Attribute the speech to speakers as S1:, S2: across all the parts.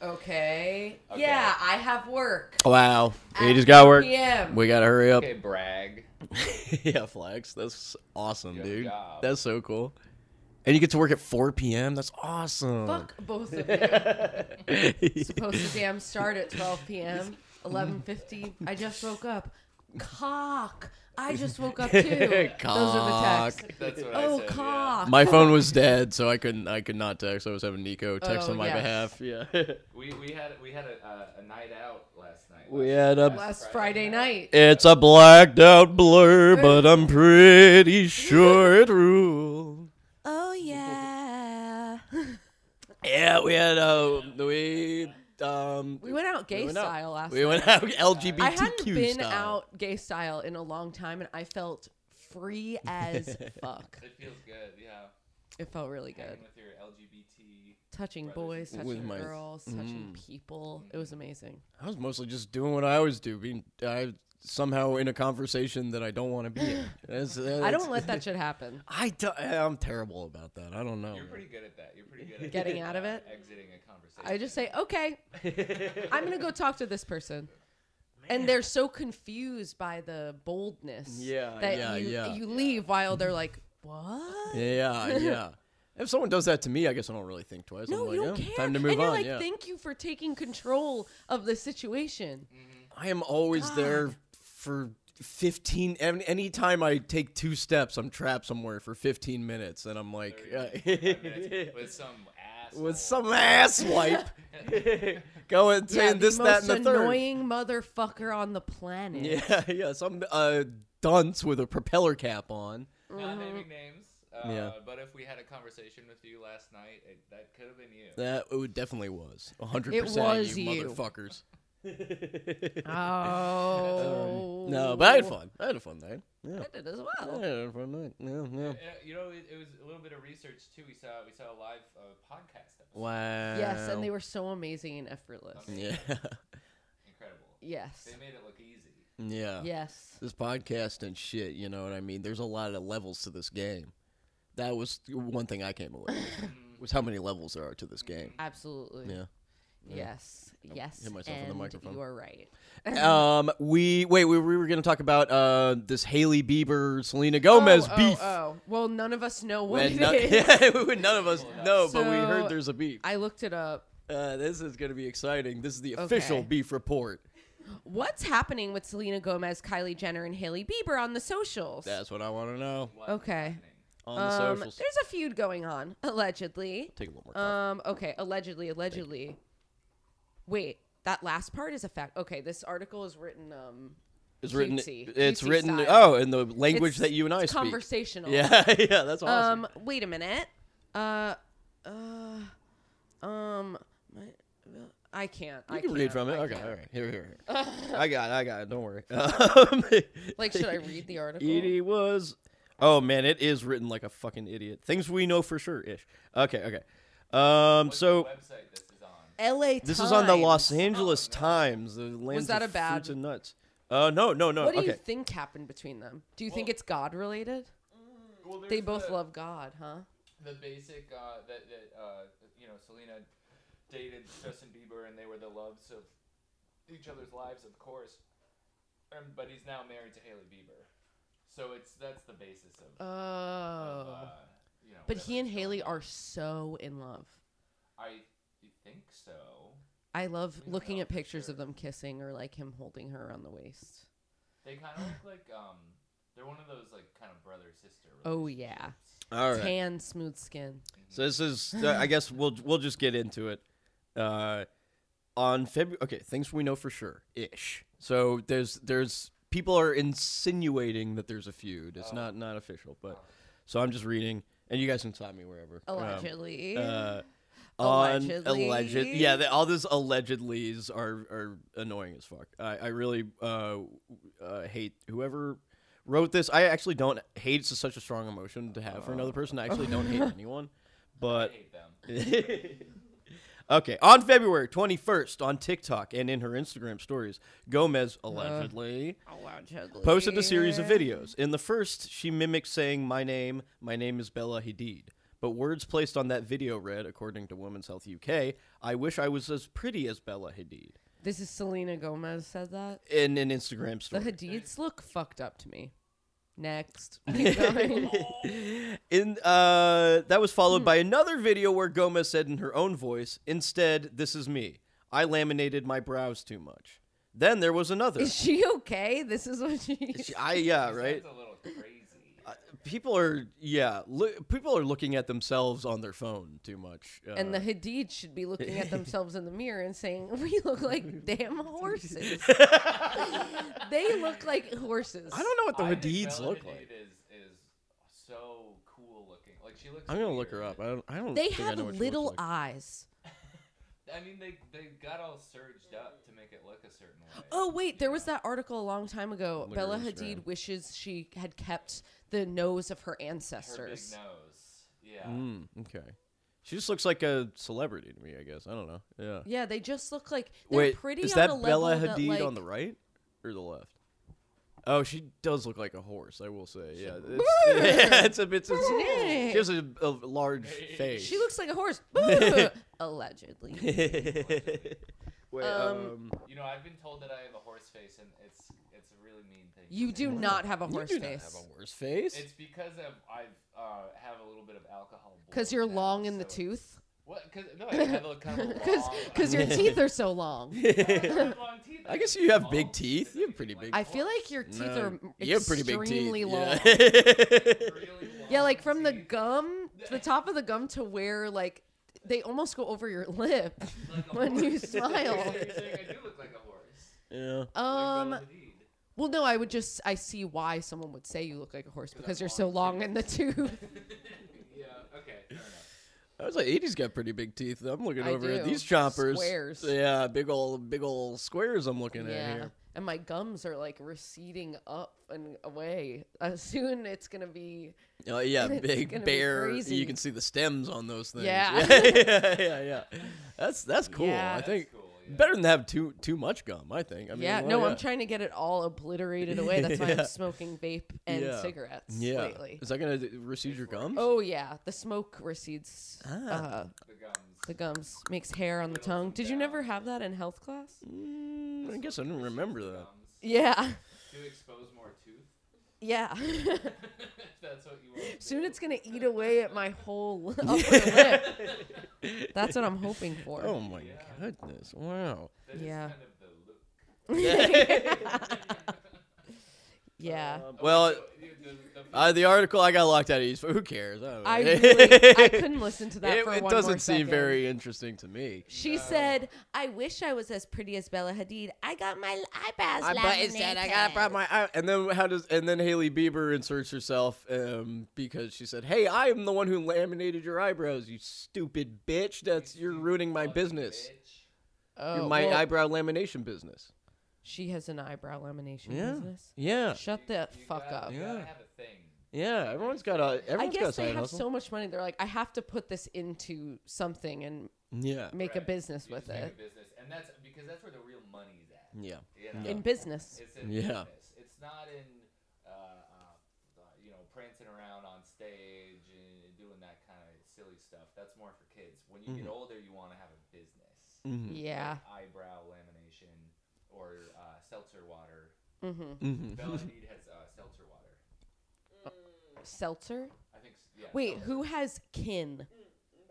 S1: okay.
S2: Okay.
S1: Yeah, I have work.
S3: Wow.
S1: at
S3: You just got
S1: 4
S3: work.
S1: PM.
S3: We got to hurry up.
S2: Okay, brag.
S3: yeah, flex. That's awesome,
S2: Good
S3: dude.
S2: job.
S3: That's so cool. And you get to work at 4 p.m. That's awesome.
S1: Fuck both of you. supposed to damn start at 12 p.m. 11:50. I just woke up. Cock. I just woke up too. Those are the
S3: Cock.
S1: texts.
S2: That's what I
S1: Oh,
S2: said. yeah.
S1: cock.
S3: my phone was dead, so I couldn't. I could not text. I was having Nico text
S1: Oh,
S3: on my
S1: yes.
S3: behalf. Yeah.
S2: We we had we had a, uh, a night out last night.
S3: We had a-
S1: Last Friday night.
S3: It's a blacked out blur, but I'm pretty sure it ruled.
S1: Oh yeah.
S3: Yeah, we had uh, we um
S1: We went out gay
S3: we went out-
S1: style last
S3: We
S1: night.
S3: went out LGBTQ
S1: I hadn't been
S3: style.
S1: out gay style in a long time, and I felt free as fuck.
S2: It feels good, yeah.
S1: It felt really good.
S2: Hanging with your LGBT.
S1: Touching boys, touching
S3: With my-
S1: girls, touching people. It was amazing.
S3: I was mostly just doing what I always do, being I somehow in a conversation that I don't want to be in. That's-
S1: I
S3: that's-
S1: don't let that shit happen.
S3: I do, I'm terrible about that. I don't know.
S2: You're pretty good at that. You're pretty good at
S1: Getting out of it?
S2: Exiting a conversation.
S1: I just say, okay, I'm gonna go talk to this person. And they're so confused by the boldness
S3: Yeah,
S1: that
S3: yeah,
S1: you,
S3: yeah.
S1: you leave while they're like, what?
S3: Yeah, yeah. If someone does that to me, I guess I don't really think twice.
S1: No,
S3: I'm like,
S1: you don't
S3: yeah,
S1: care.
S3: Time to move
S1: and you're
S3: on.
S1: like,
S3: yeah.
S1: thank you for taking control of the situation.
S3: I am always there for 15 an- anytime I take two steps, I'm trapped somewhere for 15 minutes and I'm like yeah.
S2: With some ass.
S3: with some ass wipe going
S1: Yeah,
S3: saying this
S1: the
S3: that
S1: most
S3: and the third.
S1: annoying motherfucker on the planet.
S3: Yeah, yeah, some uh dunce with a propeller cap on.
S2: Not naming names. Uh,
S3: Yeah.
S1: Mm-hmm.
S2: But if we had a conversation with you last night, it, that could have been you.
S3: That it definitely was. 100%
S1: was
S3: you,
S1: you.
S3: motherfuckers.
S1: Oh
S3: No, but I had fun. I had a fun night. Yeah.
S1: I did as
S3: I
S1: well.
S3: had a fun night. Yeah, yeah.
S2: Uh, You know, it, it was a little bit of research too. We saw we saw a live uh, podcast episode.
S3: Wow.
S1: Yes, and they were so amazing and effortless.
S3: Um, Yeah.
S2: Incredible.
S1: Yes.
S2: They made it look easy.
S3: Yeah.
S1: Yes.
S3: this podcast and shit. You know what I mean? There's a lot of levels to this game. That was one thing I came away with was how many levels there are to this game.
S1: Absolutely.
S3: Yeah.
S1: Yes. Yes.
S3: hit myself on the
S1: and
S3: microphone.
S1: You are right.
S3: Um. We wait. We, we were going to talk about uh this Haley Bieber Selena Gomez
S1: oh,
S3: beef.
S1: Oh, oh. well, none of us know what
S3: And
S1: it
S3: no-
S1: is.
S3: none of us know, but we
S1: So-
S3: heard there's a beef.
S1: I looked it up.
S3: Oh Uh, this is going to be exciting. This is the official
S1: Okay.
S3: beef report.
S1: What's happening with Selena Gomez, Kylie Jenner, and Haley Bieber on the socials?
S3: That's what I want to know
S2: What is
S1: okay.
S2: happening?
S3: on the
S1: Um,
S3: socials.
S1: there's a feud going on, allegedly.
S3: Take a little more time.
S1: Um, okay, allegedly, allegedly. Wait, that last part is a fact. Okay, this article is written. Um,
S3: it's written.
S1: cutesy-
S3: It's
S1: cutesy
S3: written.
S1: style.
S3: Oh, in the language
S1: it's-
S3: that you and I
S1: it's
S3: speak.
S1: Conversational.
S3: Yeah, yeah, that's awesome.
S1: Um, wait a minute. Uh, uh, um, my, I can't. I
S3: You can
S1: can't,
S3: read from it.
S1: I
S3: Okay,
S1: can't.
S3: all right. Here, here, here. I got it. I got it. Don't worry. Um,
S1: Like, should I read the article?
S3: Edie was. Oh, man. It is written like a fucking idiot. Things we know for sure ish. Okay, okay. Um,
S2: What's
S3: so
S2: the website this is on?
S1: L.A.
S3: this is on the Los
S1: Times.
S3: Angeles Times. The lands
S1: that
S3: of
S1: a bad-
S3: Fruits and nuts. Uh, no, no, no.
S1: What do
S3: okay.
S1: you think happened between them? Do you think it's God related?
S2: Well,
S1: They
S2: there's
S1: both
S2: the-
S1: love God, huh?
S2: the basic uh, that that uh, you know Selena dated Justin Bieber and they were the loves of each other's lives, of course. Um, but he's now married to Haley Bieber, so it's that's the basis of. of,
S1: Oh.
S2: uh, you know,
S1: But
S2: whatever
S1: he and
S2: is going
S1: Haley
S2: on.
S1: are so in love.
S2: I think so.
S1: I love
S2: We don't
S1: looking
S2: know
S1: at
S2: for
S1: pictures
S2: sure.
S1: of them kissing or like him holding her around the waist.
S2: They kind of look like um, they're one of those like kind of brother sister.
S1: Oh yeah.
S3: All right.
S1: Tan, smooth skin.
S3: So this is. Uh, I guess we'll we'll just get into it. Uh, on February. Okay, things we know for sure ish. So there's there's people are insinuating that there's a feud.
S1: Oh.
S3: It's not not official, but so I'm just reading, and you guys can stop me wherever.
S1: Oh,
S3: Um,
S1: Allegedly.
S3: uh, on
S1: Allegedly.
S3: alleged, yeah. The, all those allegedlys are are annoying as fuck. I, I really uh, uh, hate whoever wrote this. I actually don't hate. It's such a strong emotion to have for another person. I actually don't hate anyone,
S2: Oh. I
S3: but
S2: hate them.
S3: okay, on February 21st on TikTok and in her Instagram stories, Gomez allegedly
S1: allegedly.
S3: posted a series of videos. In the first, she mimicked saying, "My name, my name is Bella Hadid." But words placed on that video read, according to Women's Health UK, I wish I was as pretty as Bella Hadid
S1: This is Selena Gomez said that.
S3: in an Instagram
S1: The
S3: story.
S1: Hadids look fucked up to me. Next. Keep going.
S3: in uh, that was
S1: Hmm.
S3: followed by another video where Gomez said in her own voice, "Instead, this is me. I laminated my brows too much." Then there was another.
S1: is she okay? This is what she.
S3: She- I yeah
S2: Sounds
S3: right.
S2: a little crazy.
S3: Uh, People are yeah. Lo- people are looking at themselves on their phone too much. Uh,
S1: And the Hadid should be looking at themselves in the mirror and saying, "We look like damn horses. they look like horses."
S3: I don't know what the
S2: I think
S3: Hadids
S2: Bella
S3: look
S2: Hadid
S3: like.
S2: Is, is so cool looking. Like she looks.
S3: I'm gonna look her
S2: weird.
S3: up. I don't. I don't.
S1: They
S3: think I
S1: have
S3: know what she looks
S1: little
S3: like.
S1: eyes.
S2: I mean, they they got all surged up to make it look a certain way.
S1: Oh wait, there was that article a long time ago.
S3: Look at
S1: Bella
S3: her
S1: Hadid
S3: Instagram.
S1: wishes she had kept the nose of her
S2: her big
S1: ancestors.
S2: nose. Yeah.
S3: Mm, okay. She just looks like a celebrity to me. I guess I don't know. Yeah.
S1: Yeah, they just look like they're
S3: Wait,
S1: pretty
S3: is
S1: on
S3: that
S1: a level
S3: Bella
S1: that,
S3: Hadid
S1: like,
S3: on the right or the left? Oh, she does look like a horse. I will say, yeah, it's, yeah, it's a bit. It's, she has a, a large face.
S1: She looks like a horse. Boo! Allegedly.
S3: Wait, um,
S2: You know, I've been told that I have a horse face, and it's it's a really mean thing. to
S1: You
S2: me.
S1: do not have a
S3: you
S1: horse
S3: do not
S1: face.
S3: have a horse face.
S2: It's because of I've uh, have a little bit of alcohol.
S1: Because
S2: bloat
S1: you're
S2: now,
S1: long in
S2: so
S1: the
S2: it's-
S1: tooth.
S2: What? Because no, I have a kind of a
S1: Because
S2: long-
S1: because your teeth are so long.
S2: I don't have long teeth.
S3: I guess you have
S2: long.
S3: big teeth. You have
S2: Like
S3: pretty
S2: a
S3: big-
S1: I feel like your teeth
S3: No,
S1: are
S3: you have pretty big teeth.
S1: extremely long. Yeah.
S3: Yeah.
S2: really long
S1: like from the
S2: teeth,
S1: gum, the top of the gum to where like they almost go over your lip
S2: like a
S1: when you
S2: horse.
S1: smile.
S2: You're saying I do look like a horse.
S3: yeah.
S1: Um,
S2: like Bella Hadid.
S1: well, no, I would just I see why someone would say you look like a horse because you're so long in the tooth.
S2: yeah. Okay. Fair enough.
S3: I was like, '80s got pretty big teeth. I'm looking
S1: I
S3: over at
S1: do.
S3: these chompers.
S1: Squares.
S3: Yeah, big old, big old squares. I'm looking at
S1: Yeah.
S3: here.
S1: And my gums are like receding up and away. Uh, soon it's gonna be
S3: Oh yeah,
S1: It's gonna
S3: big
S1: be
S3: bare. You
S1: crazy.
S3: can see the stems on those things.
S1: Yeah.
S3: yeah, yeah, yeah. That's that's cool.
S1: Yeah.
S3: I
S1: That's
S3: think
S2: cool, yeah.
S3: better than to have too too much gum. I think. I mean,
S1: yeah,
S3: well,
S1: no, I'm trying to get it all obliterated away. That's why
S3: Yeah.
S1: I'm smoking vape and
S3: Yeah.
S1: cigarettes
S3: Yeah,
S1: lately.
S3: is that gonna d- recede your gums?
S1: Oh yeah, the smoke recedes
S3: Ah.
S1: uh,
S2: The gums.
S1: the gums, makes hair on the tongue. Did you never have that in health class?
S3: Mm, I guess I didn't remember that.
S2: Gums.
S1: Yeah,
S2: Do expose more tooth.
S1: yeah.
S2: if that's what you want. to
S1: Soon
S2: do.
S1: it's gonna eat away at my whole upper lip. That's what I'm hoping for.
S3: Oh my
S2: Yeah.
S3: goodness! Wow.
S2: That is
S1: Yeah.
S2: kind of the look.
S1: yeah.
S3: Um, well,
S2: So, Oh, you- the- the-
S3: uh, the article I got locked out of. East, who cares? I, don't know.
S1: I really, I couldn't listen to that
S3: it,
S1: for
S3: it
S1: one
S3: doesn't
S1: more
S3: seem
S1: second.
S3: very Oh. interesting to me.
S1: She said, "I wish I was as pretty as Bella Hadid. I got my eyebrows
S3: I but
S1: laminated."
S3: instead I gotta prop my eye. And then how does and then Haley Bieber inserts herself um, because she said, "Hey, I am the one who laminated your eyebrows. You stupid bitch. That's you're ruining my
S2: fucking
S3: business.
S2: bitch.
S1: Oh,
S3: You're my
S1: well,
S3: eyebrow lamination business."
S1: she has an eyebrow lamination
S3: Yeah,
S1: business.
S3: yeah,
S1: Shut the fuck
S2: gotta,
S1: up.
S2: You gotta
S3: Yeah.
S2: have a thing.
S3: yeah. Everyone's got a
S1: I
S3: everyone's got a
S1: guess they
S3: side
S1: have
S3: hustle.
S1: so much money. They're like, I have to put this into something and
S3: yeah,
S1: make a
S2: Right.
S1: business
S2: You
S1: with
S2: just
S1: it.
S2: make a business, and that's because that's where the real money's at.
S3: yeah.
S2: You know?
S1: In business.
S2: It's in
S3: Yeah.
S2: business. It's not in, uh, uh, uh, you know, prancing around on stage and doing that kind of silly stuff. That's more for kids. When you get older, you want to have a business.
S3: Mm-hmm.
S1: Yeah.
S2: Like eyebrow lamination or uh, seltzer water.
S1: Mm-hmm.
S3: Mm-hmm.
S2: Bella Hadid has uh, seltzer water.
S1: Seltzer.
S2: I think. s- Yeah.
S1: Wait,
S2: seltzer.
S1: who has kin?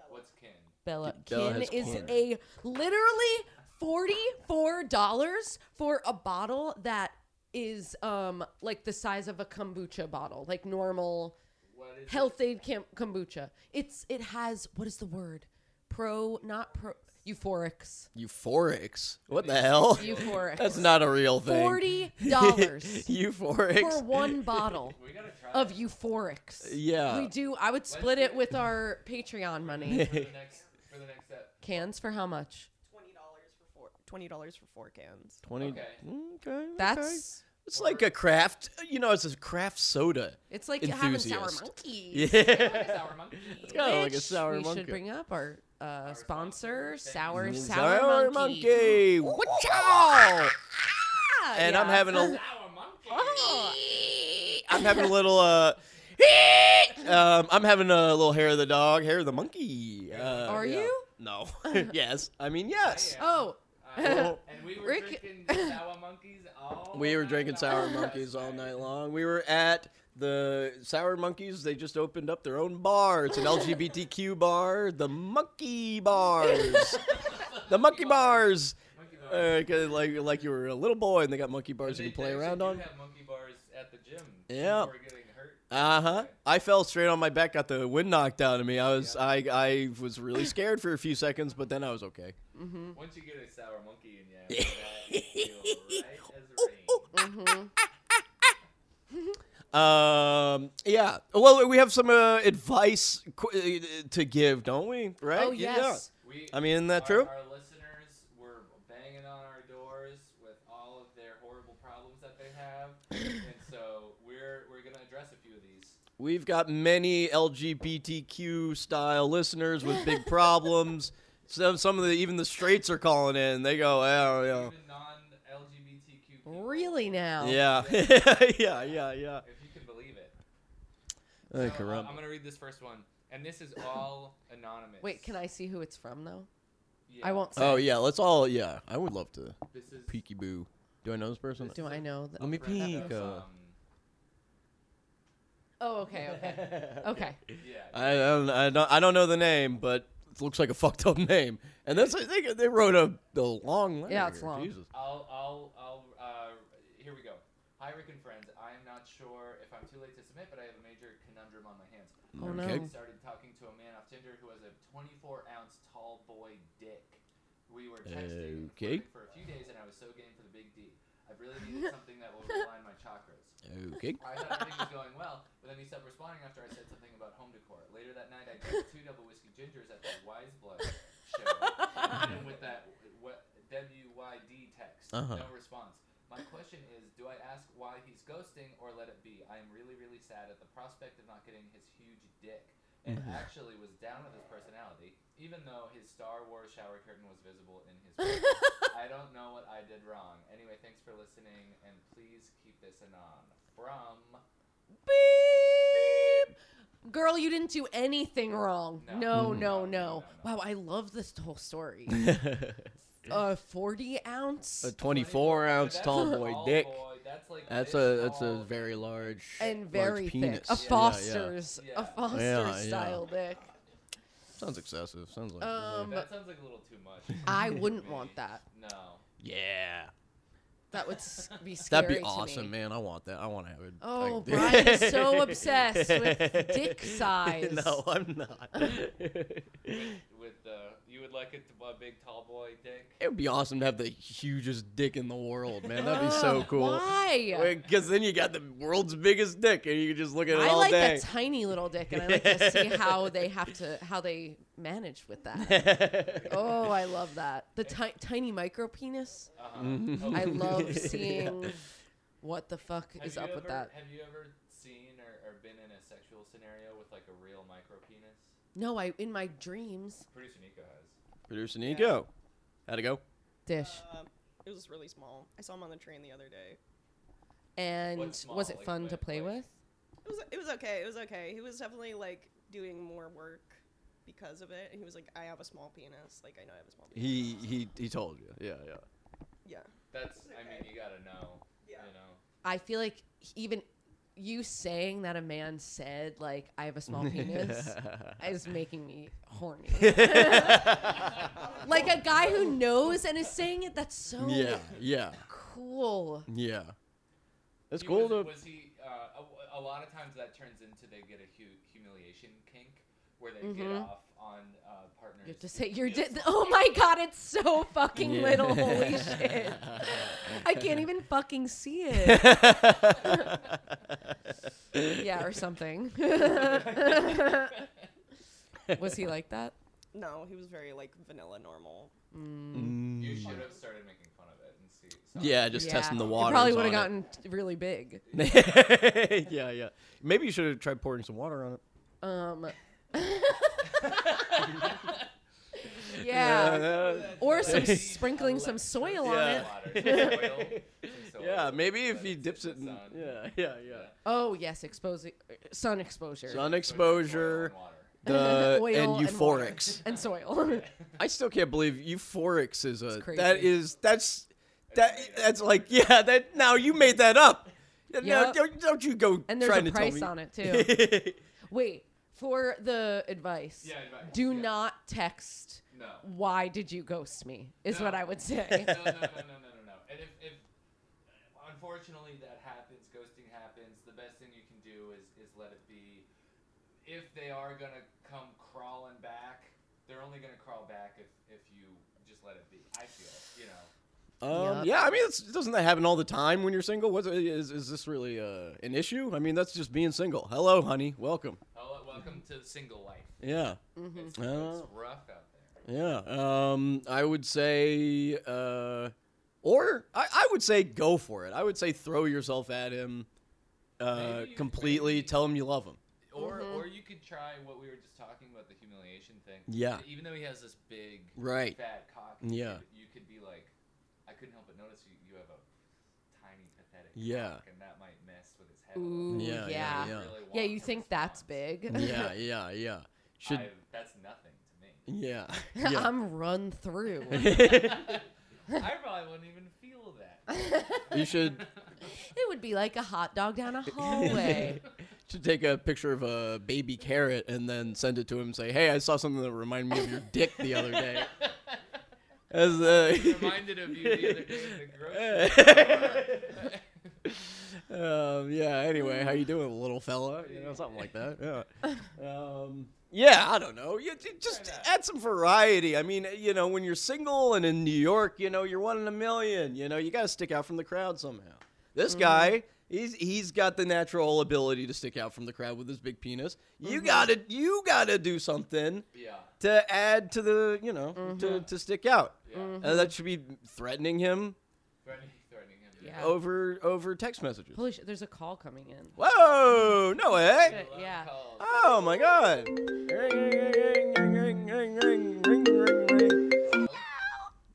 S2: What's kin?
S1: Bella.
S3: Bella
S1: kin
S3: has
S1: is
S3: kin.
S1: a literally forty-four dollars for a bottle that is um like the size of a kombucha bottle, like normal
S2: What is it?
S1: health aid cam- kombucha. It's it has what is the word? Pro, not pro. Euphorics.
S3: Euphorics. What the hell?
S1: Euphorics.
S3: That's not a real thing.
S1: Forty dollars
S3: Euphorics.
S1: for one bottle
S2: We gotta try
S1: of
S2: that
S1: euphorics.
S3: Yeah.
S1: we do. I would split it with our Patreon money.
S2: for the next for the next step.
S1: Cans for how much?
S4: Twenty dollars for four. Twenty dollars for four cans.
S3: Twenty.
S2: Okay.
S3: okay. okay.
S1: That's
S3: It's like a craft, you know, it's a craft soda.
S1: it's like having sour
S3: Enthusiast.
S1: monkey.
S3: Yeah.
S2: Sour monkey.
S3: it's kind of like a
S1: Which
S3: sour
S1: we
S3: monkey. Mm,
S1: should bring up our uh, sponsor,
S2: sponsor,
S1: Sour
S2: thank you.
S1: Sour, Monkey.
S3: Wachow!
S1: Ah,
S3: And I'm
S1: yeah.
S3: having a
S2: Sour monkey.
S3: I'm having a little uh um, I'm having a little hair of the dog, hair of the monkey. Uh,
S1: Are
S3: yeah.
S1: you?
S3: No. yes. I mean, yes.
S2: I
S1: Oh,
S2: Uh, and we were
S1: Rick-
S2: drinking sour monkeys all
S3: We were
S2: night
S3: drinking
S2: long.
S3: sour monkeys all night long. We were at the Sour Monkeys. They just opened up their own bar. It's an LGBTQ bar, the Monkey Bars. the Monkey Bars.
S2: Monkey bars.
S3: Uh, 'cause like like you were a little boy and they got monkey
S2: And
S3: bars you
S2: they
S3: can play
S2: actually
S3: around
S2: do
S3: on.
S2: have monkey bars at the gym
S3: Yeah.
S2: before getting hurt.
S3: Uh huh. I fell straight on my back, got the wind knocked out of me. I was I I was really scared for a few seconds, but then I was okay. Mm.
S2: Once you get a sour monkey in you, after that, you feel right as rain.
S3: Um. Yeah. Well, we have some uh, advice qu- uh, to give, don't we? Right?
S1: oh yes.
S2: We,
S3: I mean, isn't that
S2: our-
S3: true?
S2: Our listeners were banging on our doors with all of their horrible problems that they have, and so we're we're gonna address a few of these.
S3: We've got many LGBTQ style listeners with big problems. some some of the even the straights are calling in. They go, oh, yeah.
S2: Even non-LGBTQ. people,
S1: Really now?
S3: Yeah, yeah, yeah, yeah.
S2: If you can believe it. So,
S3: Hey,
S2: uh,
S3: corrupt.
S2: I'm gonna read this first one, and this is all anonymous.
S1: Wait, can I see who it's from though?
S2: Yeah,
S1: I won't. Say.
S3: Oh yeah, let's all. Yeah, I would love to.
S2: This is.
S3: Peeky Boo. Do I know this person?
S1: Do I know that?
S3: Let me
S2: friend
S3: peek,
S2: of,
S3: uh,
S2: um,
S1: Oh, okay, okay, okay.
S2: yeah.
S3: I don't, I don't I don't know the name, but it looks like a fucked up name. And that's they they wrote a the long letter.
S1: Yeah, it's
S3: here.
S1: long.
S3: Jesus.
S2: I'll, I'll, I'll, uh, here we go. Hi, Rick and friends. I am not sure if I'm too late to submit, but I have a major conundrum on my hands.
S1: Oh, no.
S3: Okay.
S2: I started talking to a man off Tinder who has a 24 ounce tall boy dick. We were texting and
S3: Okay.
S2: flirting for a few days, and I was so game for the big D. I really needed something that will realign my chakras.
S3: Okay.
S2: I thought everything was going well, but then he stopped responding after I said something about home decor. Later that night, I drank two double whiskey gingers at the Wise Blood show, and with that what, WYD text,
S3: Uh-huh.
S2: no response. My question is, do I ask why he's ghosting or let it be? I am really, really sad at the prospect of not getting his huge dick. And
S1: Mm-hmm.
S2: actually was down with his personality, even though his Star Wars shower curtain was visible in his. photo. I don't know what I did wrong. Anyway, thanks for listening, and please keep this anon. From
S1: Beep. Girl, you didn't do anything wrong.
S3: Mm.
S1: No,
S2: No.
S1: no, no.
S2: No, no, no.
S1: Wow, I love this whole story. a 40 ounce
S3: a 24 ounce
S2: That's
S3: tall
S2: a
S3: boy
S2: tall
S3: dick.
S2: boy. That's like
S3: That's
S2: this
S3: a that's a
S2: tall.
S3: very large
S1: and
S3: large
S1: very thick.
S3: penis.
S1: A
S3: Yeah, yeah.
S1: Foster's,
S2: Yeah.
S1: a Foster's
S3: Yeah, yeah.
S1: style dick.
S3: Sounds excessive. Sounds like
S1: Um,
S2: That sounds like a little too much.
S3: Ah.
S1: I
S2: for
S1: wouldn't
S2: me.
S1: want that.
S2: No.
S3: yeah.
S1: That would s- be scary.
S3: That'd be
S1: to
S3: awesome,
S1: me.
S3: man. I want that. I want to have it.
S1: Oh,
S3: I-
S1: Brian is so obsessed with dick size.
S3: No, I'm not. it
S2: With the you would like it to a big tall boy dick.
S3: would be awesome to have the hugest dick in the world, man. That'd be so
S1: Ugh,
S3: cool.
S1: Why?
S3: Because then you got the world's biggest dick, and you can just look at it
S1: I
S3: all
S1: like
S3: day.
S1: that tiny little dick, and I like to see how they have to how they manage with that. oh, I love that the ti- tiny micro penis.
S2: Uh-huh.
S3: Mhm.
S1: I
S2: Oh,
S1: love
S3: Yeah.
S1: seeing what the fuck
S2: have
S1: is
S2: you
S1: up with
S2: ever-
S1: that.
S2: Have you ever seen or, or been in a sexual scenario with like a real micro penis?
S1: No, I in my dreams
S2: Producer Nico has.
S3: Producer Nico, how'd it go?
S1: dish
S4: Um, it was really small. I saw him on the train the other day.
S1: and
S2: small,
S1: was it
S2: like,
S1: fun to
S2: like-
S1: play
S2: like-
S1: with?
S4: It was it was okay. It was okay. He was definitely like doing more work because of it, and he was like, "I have a small penis. Like I know I have a small penis."
S3: He he he told you. Yeah, yeah.
S4: yeah.
S2: That's. I
S4: Okay.
S2: mean, you gotta know.
S4: Yeah.
S2: You know.
S1: I feel like even you saying that a man said like I have a small penis is making me horny. like a guy who knows and is saying it. That's so
S3: yeah, yeah,
S1: cool.
S3: yeah. That's
S2: He
S3: cool
S2: was,
S3: though.
S2: Was he? Uh, a, a lot of times that turns into they get a hu- humiliation kink where they get
S1: Mhm.
S2: off on uh, partners.
S1: You have to
S2: who
S1: say your
S2: feel
S1: dick. Oh my god, it's so fucking
S3: Yeah.
S1: little. Holy shit! I can't even fucking see it. yeah, or something. Was he like that?
S4: No, he was very like vanilla normal.
S1: Mm,
S2: You should have started making fun of it and see. saw
S3: Mm. yeah,
S2: it.
S3: just
S1: Yeah.
S3: testing the
S1: It
S3: water.
S1: probably would have gotten really big.
S3: yeah, yeah. Maybe you should have tried pouring some water on it.
S1: Um.
S3: Yeah,
S1: yeah.
S3: that-
S1: Or some
S2: Like,
S1: sprinkling some soil
S2: electric
S1: on
S3: Yeah.
S1: it.
S2: water, some oil, some soil. soil.
S3: Yeah, maybe if
S2: that
S3: he
S2: it's
S3: dips it
S2: the
S3: in.
S2: sun.
S3: Yeah, yeah, yeah.
S1: Oh yes, exposing sun exposure,
S3: Sun
S2: Soil
S3: exposure,
S2: and water.
S3: the
S1: Oil
S3: and
S1: and water.
S3: euphorics.
S1: and soil.
S3: I still can't believe euphorics is a
S1: crazy.
S3: that is that's that
S2: made up.
S3: that's like yeah that now you made that up. Now,
S1: Yep.
S3: don't, don't you go
S1: and there's
S3: trying
S1: a
S3: to tell
S1: price
S3: me.
S1: on it too. Wait for the advice.
S2: Yeah, advice,
S1: Do
S2: yeah.
S1: not text.
S2: No.
S1: Why did you ghost me? Is
S2: No.
S1: what I would say.
S2: no, no, no, no, no, no, no. And if, if unfortunately that happens, ghosting happens. The best thing you can do is is let it be. If they are gonna come crawling back, they're only gonna crawl back if if you just let it be. I feel, you know.
S3: Um,
S1: Yup.
S3: Yeah, I mean, it's, doesn't that happen all the time when you're single? What's, is, is this really uh, an issue? I mean, that's just being single. Hello, honey. Welcome.
S2: Hello, welcome to single life.
S3: Yeah.
S2: It's,
S3: Oh.
S2: it's rough out there.
S3: Yeah. Um, I would say, uh, or I, I would say go for it. I would say throw yourself at him uh,
S2: Maybe-
S3: completely.
S2: maybe-
S3: Tell him you love him.
S2: Or
S1: Mm-hmm.
S2: or you could try what we were just talking about the humiliation thing.
S3: Yeah.
S2: Even though he has this big
S3: Right.
S2: fat cock,
S3: Yeah.
S2: you, you could be like, I couldn't help but notice you, you have a tiny pathetic
S3: Yeah.
S2: cock, and that might mess with his head. a little
S1: Ooh
S2: bit.
S3: Yeah,
S1: yeah.
S3: yeah,
S1: Yeah,
S3: yeah.
S2: Really
S1: you
S2: want a
S1: think that's
S2: response.
S1: big?
S3: Yeah, yeah, yeah. Should
S2: I, that's nothing to me.
S3: yeah, yeah.
S1: I'm run through.
S2: I probably wouldn't even feel that.
S3: you should
S1: It would be like a hot dog down a hallway.
S3: should take a picture of a baby carrot and then send it to him and say, "Hey, I saw something that reminded me of your dick the other day." As uh,
S2: Reminded of you the other day in the grocery store.
S3: um, yeah. Anyway, how you doing, little fella? You know, something like that. Yeah. Um, yeah, I don't know. You, you just
S2: Try that.
S3: add some variety. I mean, you know, when you're single and in New York, you know, you're one in a million. You know, you got to stick out from the crowd somehow. This guy, he's he's got the natural ability to stick out from the crowd with his big penis. You gotta you gotta do something
S2: yeah.
S3: to add to the you know to, to stick out.
S2: Yeah.
S1: Mm.
S3: Uh, that should be threatening him
S2: Threatening, threatening him.
S1: Yeah.
S3: over over text messages.
S1: Holy shit! There's a call coming in.
S3: Whoa! No way!
S1: Shit, yeah.
S2: Calls.
S3: Oh my god!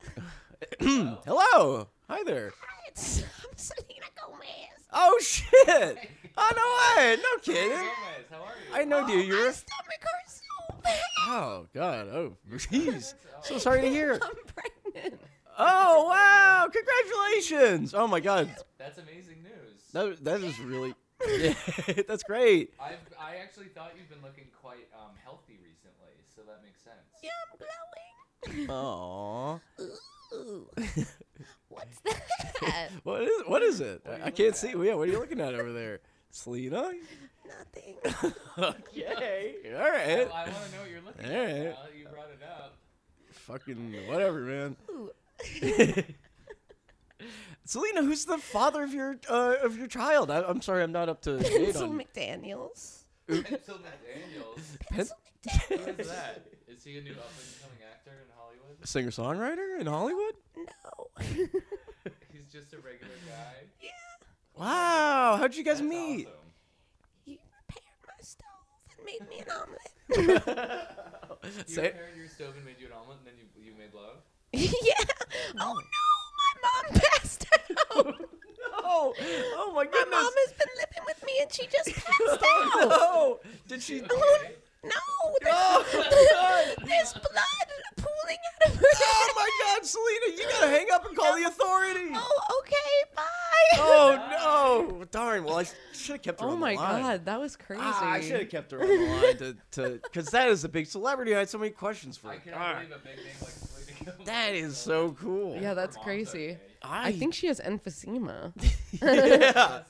S3: Hello! Hi there!
S1: It's, I'm Selena Gomez.
S3: Oh shit! Oh no way! No
S2: Hey,
S3: kidding!
S2: Gomez, how are you?
S3: I know, dude. You're.
S1: stomach hurts so bad.
S3: Oh god! Oh jeez! So sorry to hear.
S1: I'm pregnant.
S3: Oh wow! Congratulations! Oh my god!
S2: That's amazing news.
S3: That that is really. that's great.
S2: I've, I actually thought you've been looking quite um, healthy recently, so that makes sense.
S1: Yeah, I'm glowing.
S3: Aww.
S1: Ooh, what's that?
S3: What is what is it?
S2: What are you
S3: I can't see.
S2: looking
S3: Yeah, what are you looking at over there, Selena?
S1: Nothing.
S3: okay. All right.
S2: Well, I want to know what you're looking
S3: Alright.
S2: at. Now that you brought it up.
S3: Fucking whatever, man.
S1: Ooh.
S3: Selena, who's the father of your uh, of your child? I, I'm sorry, I'm not up to date
S1: Pencil
S3: on
S1: McDaniels.
S2: Pencil McDaniels.
S3: pen-
S2: Who is that? Is he a new up and coming actor in Hollywood?
S3: singer songwriter in Hollywood.
S1: No.
S2: He's just a regular guy.
S3: Wow, how'd you guys
S2: That's
S3: meet?
S2: awesome.
S1: you repaired my stove and made me an omelet.
S2: You
S3: Say-
S2: repaired your stove and made you an omelet, and then you, you made love.
S1: yeah. Oh
S3: Hmm.
S1: no, my mom passed out.
S3: oh, oh my
S1: My
S3: goodness.
S1: mom has been living with me and she just passed out.
S3: oh, no. Did she?
S2: Okay.
S1: No,
S3: Oh,
S1: there's, there's blood pooling out of her.
S3: Oh
S1: head.
S3: my God, Selena, you gotta hang up and call the authorities.
S1: Oh, okay, bye.
S3: Oh no! Darn. Well, I should have kept her.
S1: Oh
S3: on
S1: my
S3: the line.
S1: god, that was crazy.
S3: Ah, I should have kept her on the line to to because that is a big celebrity. I had so many questions for.
S2: I
S3: her.
S2: cannot believe a big name like Selena Gomez.
S3: that is so cool.
S1: Yeah,
S2: Her
S1: that's
S2: mom's
S1: crazy.
S2: okay.
S1: I think she has emphysema.
S2: Something like
S3: yeah.
S2: that. Yeah.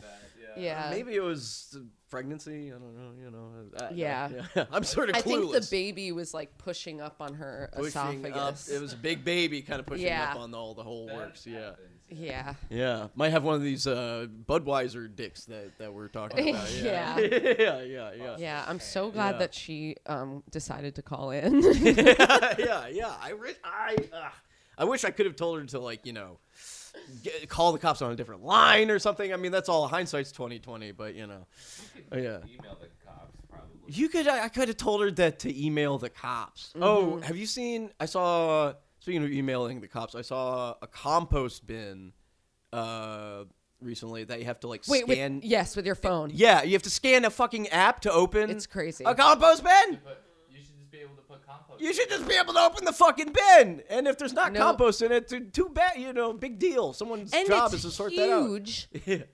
S1: Yeah.
S3: Maybe it was the pregnancy. I don't know. You know. I- I-
S1: Yeah.
S3: I'm sort of
S1: I think
S3: clueless.
S1: the baby was like pushing up on her
S3: pushing up.
S1: esophagus.
S3: It was a big baby kind of pushing
S1: Yeah.
S3: up on all the whole
S2: That
S3: works. Yeah.
S2: happens.
S1: yeah.
S3: Yeah. Might have one of these uh, Budweiser dicks that, that we're talking about.
S1: Yeah.
S3: yeah. Yeah. Yeah.
S1: Yeah, I'm so glad
S3: Yeah.
S1: that she um, decided to call in.
S3: yeah, yeah. I wish I, uh, I wish I could have told her to like you know, get, call the cops on a different line or something. I mean, that's all hindsight's twenty twenty. But you know, oh yeah.
S2: Email the cops probably.
S3: You could I, I could have told her that to email the cops.
S1: Mm-hmm.
S3: Oh, have you seen? I saw. Speaking of emailing the cops, I saw a compost bin uh, recently that you have to like
S1: Wait, with-
S3: scan.
S1: yes, with your phone.
S3: Yeah, you have to scan a fucking app to open.
S1: It's crazy.
S3: A compost bin.
S2: But you should just be able to put compost.
S3: You should just be able to open the fucking bin, and if there's not
S1: No.
S3: compost in it, too, too bad. You know, big deal. Someone's
S1: and
S3: job
S1: it's
S3: is to sort
S1: huge.
S3: that out.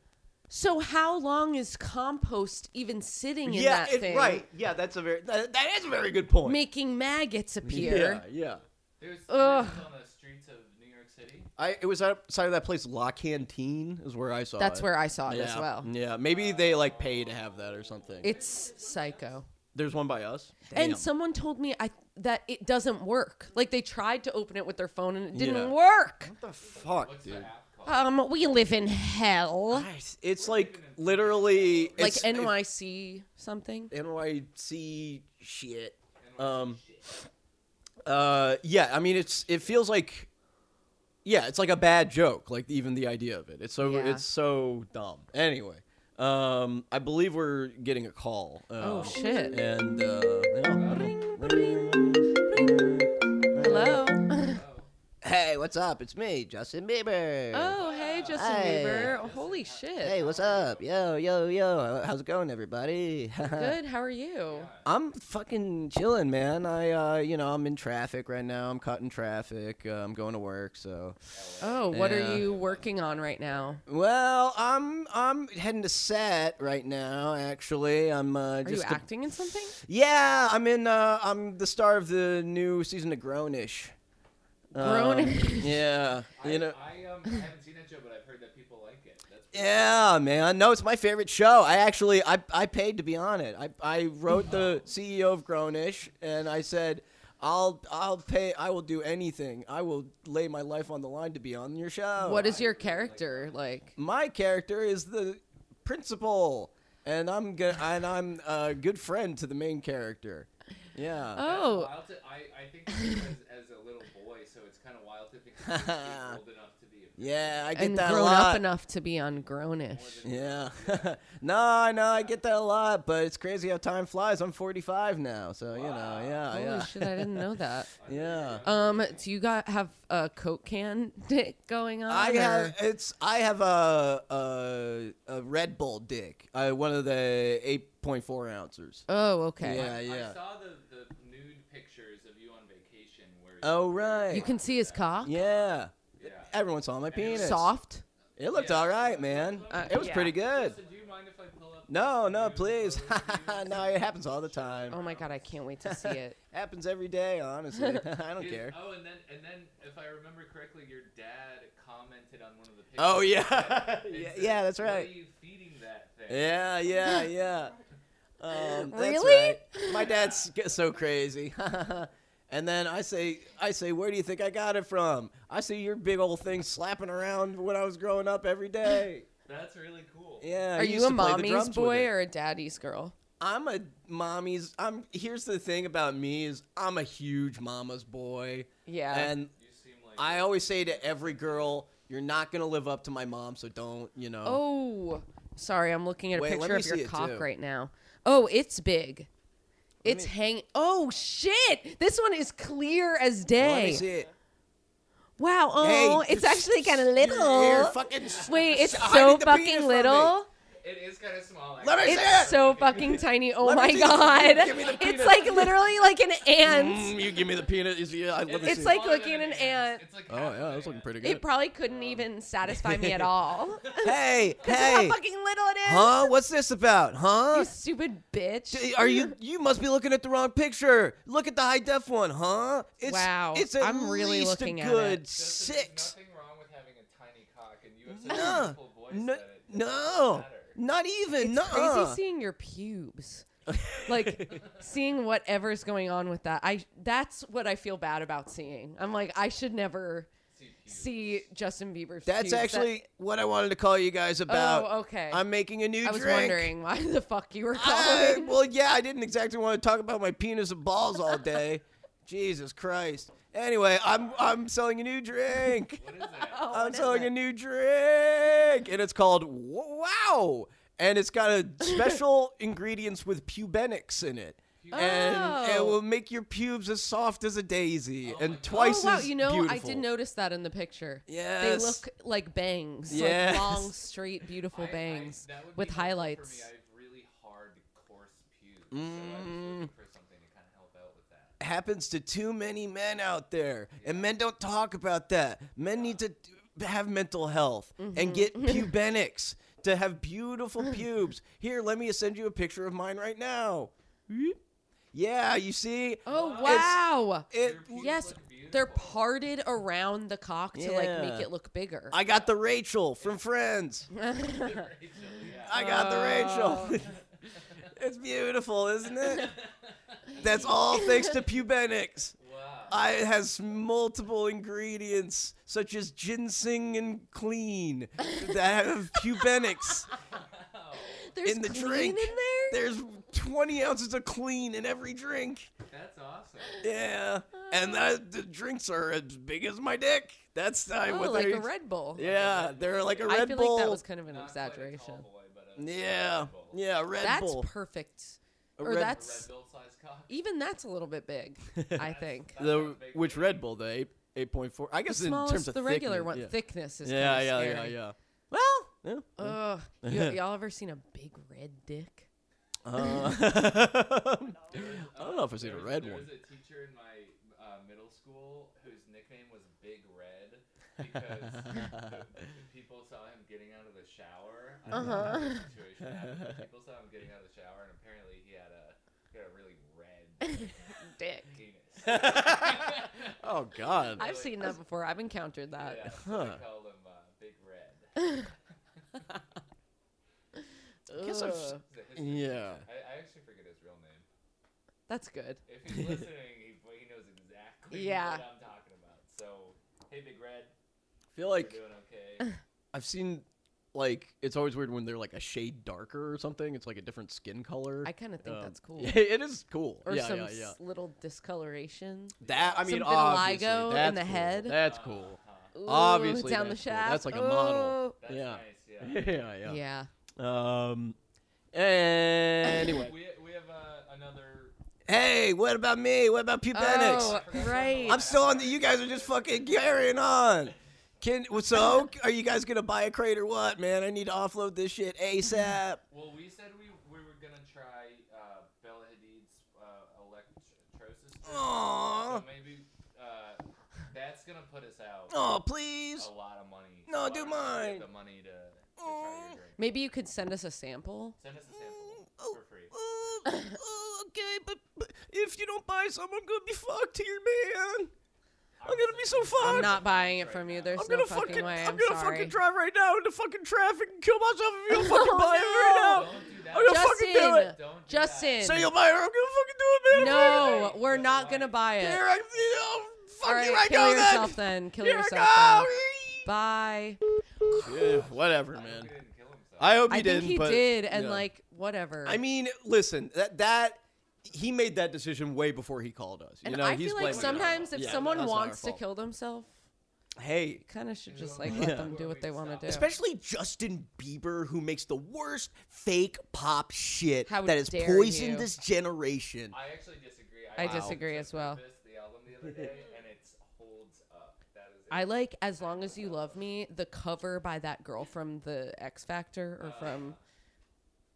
S1: So how long is compost even sitting in
S3: yeah,
S1: that
S3: it-
S1: thing?
S3: right. Yeah, that's a very that, that is a very good point.
S1: Making maggots appear.
S3: yeah, yeah.
S2: There's this
S1: Ugh.
S2: on the streets of New York City.
S3: I it was outside of that place La Cantine is where I saw
S1: That's
S3: it.
S1: where I saw it
S3: yeah.
S1: as well.
S3: Yeah, maybe they like pay to have that or something.
S1: It's psycho.
S3: There's one by us. Damn.
S1: And someone told me I that it doesn't work. Like they tried to open it with their phone and it didn't
S3: Yeah.
S1: work.
S3: what the fuck,
S2: What's
S3: dude?
S2: the app called?
S1: Um, we live in hell.
S3: Guys, It's like literally
S1: Like
S3: it's,
S1: NYC something.
S3: NYC shit. Um, uh, yeah, I mean, it's it feels like, yeah, it's like a bad joke. Like even the idea of it, it's so
S1: Yeah.
S3: it's so dumb. Anyway, um, I believe we're getting a call. Uh,
S1: Oh, shit.
S3: And uh, yeah.
S1: Hello.
S3: hey, what's up? It's me, Justin Bieber.
S1: Oh, hey, Justin
S3: Hey.
S1: Bieber. Holy shit.
S3: Hey, what's up? Yo, yo, yo. How's it going, everybody?
S1: Good. How are you?
S3: I'm fucking chilling, man. I, uh, you know, I'm in traffic right now. I'm caught in traffic. Uh, I'm going to work, so.
S1: Oh, what
S3: Yeah.
S1: are you working on right now?
S3: Well, I'm I'm heading to set right now. Actually, I'm uh,
S1: Are
S3: just
S1: you
S3: a-
S1: acting in something?
S3: yeah. I'm in. Uh, I'm the star of the new season of Grownish. Um,
S1: Grownish.
S3: yeah, you know.
S2: I, I, um, I haven't seen that show, but I've heard that people like it. That's pretty
S3: Yeah, man. No, it's my favorite show. I actually I, I paid to be on it. I, I wrote the CEO of Grownish and I said, I'll I'll pay I will do anything. I will lay my life on the line to be on your show.
S1: What is your character like?
S3: my character is the principal and I'm gonna and I'm a good friend to the main character. Yeah.
S1: Oh,
S2: wild to, I, I think it's because as a little boy, so it's kind of wild to think of kids being old enough to be.
S3: Yeah, I get
S1: and
S3: that
S1: grown
S3: a lot.
S1: up enough to be on Grownish.
S3: Yeah. no, no, I get that a lot, but it's crazy how time flies. I'm 45 now, so you know, yeah,
S1: Holy
S3: yeah,
S1: shit, I didn't know that.
S3: yeah.
S1: Um, do you got have a coke can dick going on?
S3: I
S1: or-
S3: have it's I have a a, a Red Bull dick, uh, one of the 8.4 ounces.
S1: Oh, okay.
S3: Yeah,
S2: I
S3: yeah.
S2: saw the, the nude pictures of you on vacation where
S3: Oh right.
S1: You can see his cock.
S3: yeah.
S2: Yeah.
S3: Everyone saw my penis.
S1: Soft.
S3: It looked all right, man.
S1: Uh,
S3: it was
S1: yeah.
S3: pretty good.
S2: So do you mind if I pull up?
S3: No, no,
S2: nude
S3: please.
S2: photos of you?
S3: no, it happens all the time.
S1: Oh my god, I can't wait to see it.
S3: Happens every day, honestly. I don't
S2: Is-
S3: care.
S2: Oh, and then and then if I remember correctly, your dad commented on one of the pictures.
S3: Oh yeah.
S2: and
S3: yeah,
S2: said,
S3: yeah, that's
S2: "What are
S3: right.
S2: you feeding that thing?"
S3: Yeah, yeah, yeah. Um, that's
S1: Really?
S3: right. My dad's g- so crazy. and then I say, I say, where do you think I got it from? I see your big old thing slapping around when I was growing up every day.
S2: That's really cool.
S3: Yeah. I
S1: Are
S3: used
S1: you a
S3: to play the drums
S1: mommy's
S3: with
S1: boy
S3: it.
S1: or a daddy's girl?
S3: I'm a mommy's. I'm. Here's the thing about me is I'm a huge mama's boy.
S1: Yeah.
S3: And
S2: You seem like
S3: I always say to every girl, you're not gonna live up to my mom, so don't. You know.
S1: Oh, sorry, I'm looking at a
S3: Wait, let
S1: picture
S3: me
S1: of
S3: see
S1: your
S3: it,
S1: cock
S3: too.
S1: right now. Oh, it's big. It's
S3: me-
S1: hanging. Oh shit! This one is clear as
S3: Let me
S1: day.
S3: see it.
S1: Wow. Oh,
S3: Hey,
S1: it's actually kind of
S3: you're-
S1: little.
S3: you're fucking
S1: Wait, it's
S3: hiding
S1: so
S3: the penis from
S1: fucking
S3: me.
S1: little.
S2: it is kind of small.
S3: Let me
S2: actually.
S3: see it.
S1: It's so fucking tiny. Oh
S3: Let me
S1: my
S3: see-
S1: god.
S3: give me the
S1: It's
S3: penis.
S1: like literally like an ant.
S3: Mm, you give me the peanut. you see- I love to
S1: It's
S3: see it.
S1: like
S2: smaller
S1: looking
S2: than
S1: at an ant.
S2: It's like
S3: Oh
S2: half
S3: yeah,
S2: of
S3: that's
S2: an
S3: looking
S2: ant.
S3: pretty good.
S1: It probably couldn't even satisfy me at all.
S3: hey,
S1: How
S3: hey,
S1: fucking little it is.
S3: huh? What's this about, huh?
S1: You stupid bitch.
S3: D- Are you? You must be looking at the wrong picture. Look at the high def one, huh? It's,
S1: Wow,
S3: it's at
S1: I'm really
S3: least
S1: looking
S3: a
S1: at
S3: good
S1: it.
S2: Justin,
S3: six.
S2: There's nothing wrong with having a tiny cock, and you have such a
S3: No,
S2: beautiful voice
S3: No,
S2: that it doesn't
S3: no,
S2: matter.
S3: not even.
S1: It's
S3: no.
S1: crazy seeing your pubes. like seeing whatever's going on with that. I that's what I feel bad about seeing. I'm like I should never
S2: See you.
S1: see Justin Bieber's
S3: That's
S1: pubes. That-
S3: actually what I wanted to call you guys about.
S1: Oh, okay.
S3: I'm making a new
S1: I was
S3: drink.
S1: wondering why the fuck you were
S3: I-
S1: calling.
S3: Um, well, yeah, I didn't exactly want to talk about my penis and balls all day. Jesus Christ. Anyway, I'm I'm selling a new drink.
S2: What is that?
S1: Oh,
S3: I'm selling a new drink, and it's called Wow, and it's got a special ingredients with pubenics in it.
S2: pubes.
S3: and it
S1: Oh.
S3: will make your pubes as soft as a daisy
S2: Oh my
S3: and
S2: God.
S3: twice
S1: oh wow,
S3: as
S1: you know, I
S3: beautiful.
S1: did notice that in the picture.
S3: Yes.
S1: They look like bangs,
S3: Yes.
S1: like long, straight, beautiful
S2: I- I-
S1: bangs
S2: that would
S1: with
S2: be helpful
S1: highlights.
S2: For me, I have really hard, coarse pubes, so I was looking
S1: Mm.
S2: for something to kind of help out with that.
S3: happens to too many men out there, and men don't talk about that. Men need to t- have mental health and get pubenics to have beautiful pubes. Here, let me send you a picture of mine right now. Yeah, you see,
S1: Oh wow!
S3: It's- it.
S2: Your pubes
S1: yes,
S2: look
S1: they're
S2: beautiful.
S1: parted around the cock to like
S3: Yeah.
S1: make it look bigger.
S3: I got the Rachel from Friends.
S2: Rachel, yeah.
S3: I got the Rachel. it's beautiful, isn't it? That's all thanks to pubenics.
S2: Wow.
S3: I, it has multiple ingredients such as ginseng and clean that have pubenics
S1: There's
S3: in the
S1: clean
S3: drink.
S1: in there.
S3: There's 20 ounces of clean in every drink.
S2: That's awesome.
S3: Yeah, and that, the drinks are as big as my dick. That's uh,
S1: Oh,
S3: what
S1: like
S3: they.
S1: a Red Bull.
S3: yeah, they're like a Red
S1: I feel
S3: Bull.
S1: like that was kind of an
S2: Not quite a tall
S1: exaggeration.
S2: boy, but a-
S3: yeah,
S2: Red Bull.
S3: yeah, a Red
S1: That's
S3: Bull.
S1: perfect.
S3: A
S1: or
S3: Red-
S2: A
S1: that's
S2: Red Bull sized cock.
S1: even that's a little bit big. I think.
S3: the which Red Bull? The eight eight point four. I guess
S1: the
S3: in
S1: smallest,
S3: terms of
S1: the regular
S3: thickness,
S1: one
S3: yeah.
S1: thickness is
S3: Yeah,
S1: kind
S3: yeah,
S1: of
S3: yeah,
S1: scary.
S3: yeah.
S1: Well, uh,
S3: Yeah.
S1: Ugh. You, y'all ever seen a big red dick?
S3: Uh, I don't know if I seen
S2: There
S3: a
S2: was-
S3: red
S2: there
S3: one.
S2: was a teacher in my uh, middle school whose nickname was Big Red because the- the people saw him getting out of the shower. I don't know
S3: Uh-huh.
S2: how the situation happened, but people saw him getting out of the shower, and apparently he had a he had a really red
S1: Dick.
S2: penis.
S3: Oh God.
S1: I've seen that before. I've encountered that.
S2: Yeah, so
S3: Uh, Huh.
S2: they called him uh, Big Red.
S3: guess I've s-
S1: Ugh.
S2: He's a history
S3: Yeah.
S2: teacher. I, I actually forget his real name.
S1: That's good.
S2: If he's listening, he, he knows exactly
S1: Yeah.
S2: what I'm talking about. So, hey, Big Red,
S3: I feel
S2: we're
S3: like
S2: doing okay.
S3: I've seen like it's always weird when they're like a shade darker or something. It's like a different skin color.
S1: I kind of think that's cool.
S3: Um, Yeah, it is cool.
S1: Or
S3: yeah,
S1: some
S3: yeah, yeah.
S1: s- little discoloration.
S3: That I mean,
S1: Some
S3: obviously,
S1: vitiligo in
S3: that's
S1: the
S3: cool.
S1: head.
S3: That's cool.
S2: Uh-huh.
S1: Ooh,
S3: Obviously
S1: down the
S3: that's cool.
S1: shaft.
S3: That's like a
S1: Ooh.
S3: model.
S2: That's
S3: Yeah.
S2: nice. Yeah.
S3: Yeah, yeah.
S1: Yeah.
S3: Um. Anyway,
S2: We, we have uh, another.
S3: hey, what about me? What about pubenics?
S1: Oh, right.
S3: I'm still on the. You guys are just fucking carrying on. Can so? Are you guys gonna buy a crate or what, man? I need to offload this shit asap.
S2: Well, we said we, we were gonna try uh, Bella Hadid's uh, electrosis.
S3: Aw.
S2: So maybe uh, that's gonna put us out
S3: Oh, please.
S2: a lot of money.
S3: No,
S2: So
S3: do
S2: I'm gonna get
S3: mine. Mm.
S2: The money to, to try your drink.
S1: Maybe you could send us a sample.
S2: Send us a sample
S3: Oh,
S2: for free.
S3: oh, oh, okay, but, but if you don't buy some, I'm gonna be fucked here, man. I'm gonna be so fucked.
S1: I'm not buying it from you. There's
S3: I'm gonna
S1: no fucking, way. I'm,
S3: I'm, gonna
S1: sorry.
S3: fucking drive right now into fucking traffic and kill myself if you don't fucking buy it right now.
S2: Don't do that.
S3: I'm gonna
S1: Justin,
S3: fucking do it.
S2: Don't do
S1: Justin,
S3: Say you'll buy it. or I'm gonna fucking do it, man.
S1: no,
S2: Wait,
S1: we're
S2: wait,
S1: not
S2: wait.
S1: gonna buy it.
S3: Here I, oh, fuck
S1: All right,
S3: here I
S1: kill
S3: go
S1: yourself
S3: then.
S1: then. Kill
S3: Here
S1: yourself.
S3: I
S1: then. Bye.
S3: go. Yeah, whatever, man.
S2: He didn't kill himself.
S3: I hope
S1: I
S3: he
S1: think
S3: didn't.
S1: he
S3: but,
S1: did, and
S3: yeah.
S1: like whatever.
S3: I mean, listen, that that he made that decision way before he called us. You
S1: and
S3: know,
S1: I
S3: he's
S1: feel like
S3: blaming us.
S1: sometimes if
S3: Yeah,
S1: someone
S3: that's not our
S1: wants to
S3: fault.
S1: kill themselves,
S3: hey,
S1: you kind of should just
S2: Yeah.
S1: like let
S3: Yeah.
S1: them do what they want to do.
S3: Especially Justin Bieber, who makes the worst fake pop shit
S1: How
S3: that has
S1: dare
S3: poisoned
S1: you.
S3: this generation.
S2: I actually disagree.
S1: I
S2: listened to
S1: disagree as
S2: Justin
S1: well.
S2: Bieber's The album the other day, and it holds up. That is.
S1: I
S2: it.
S1: like "As Long as You Love Me," the cover by that girl from the X Factor or from.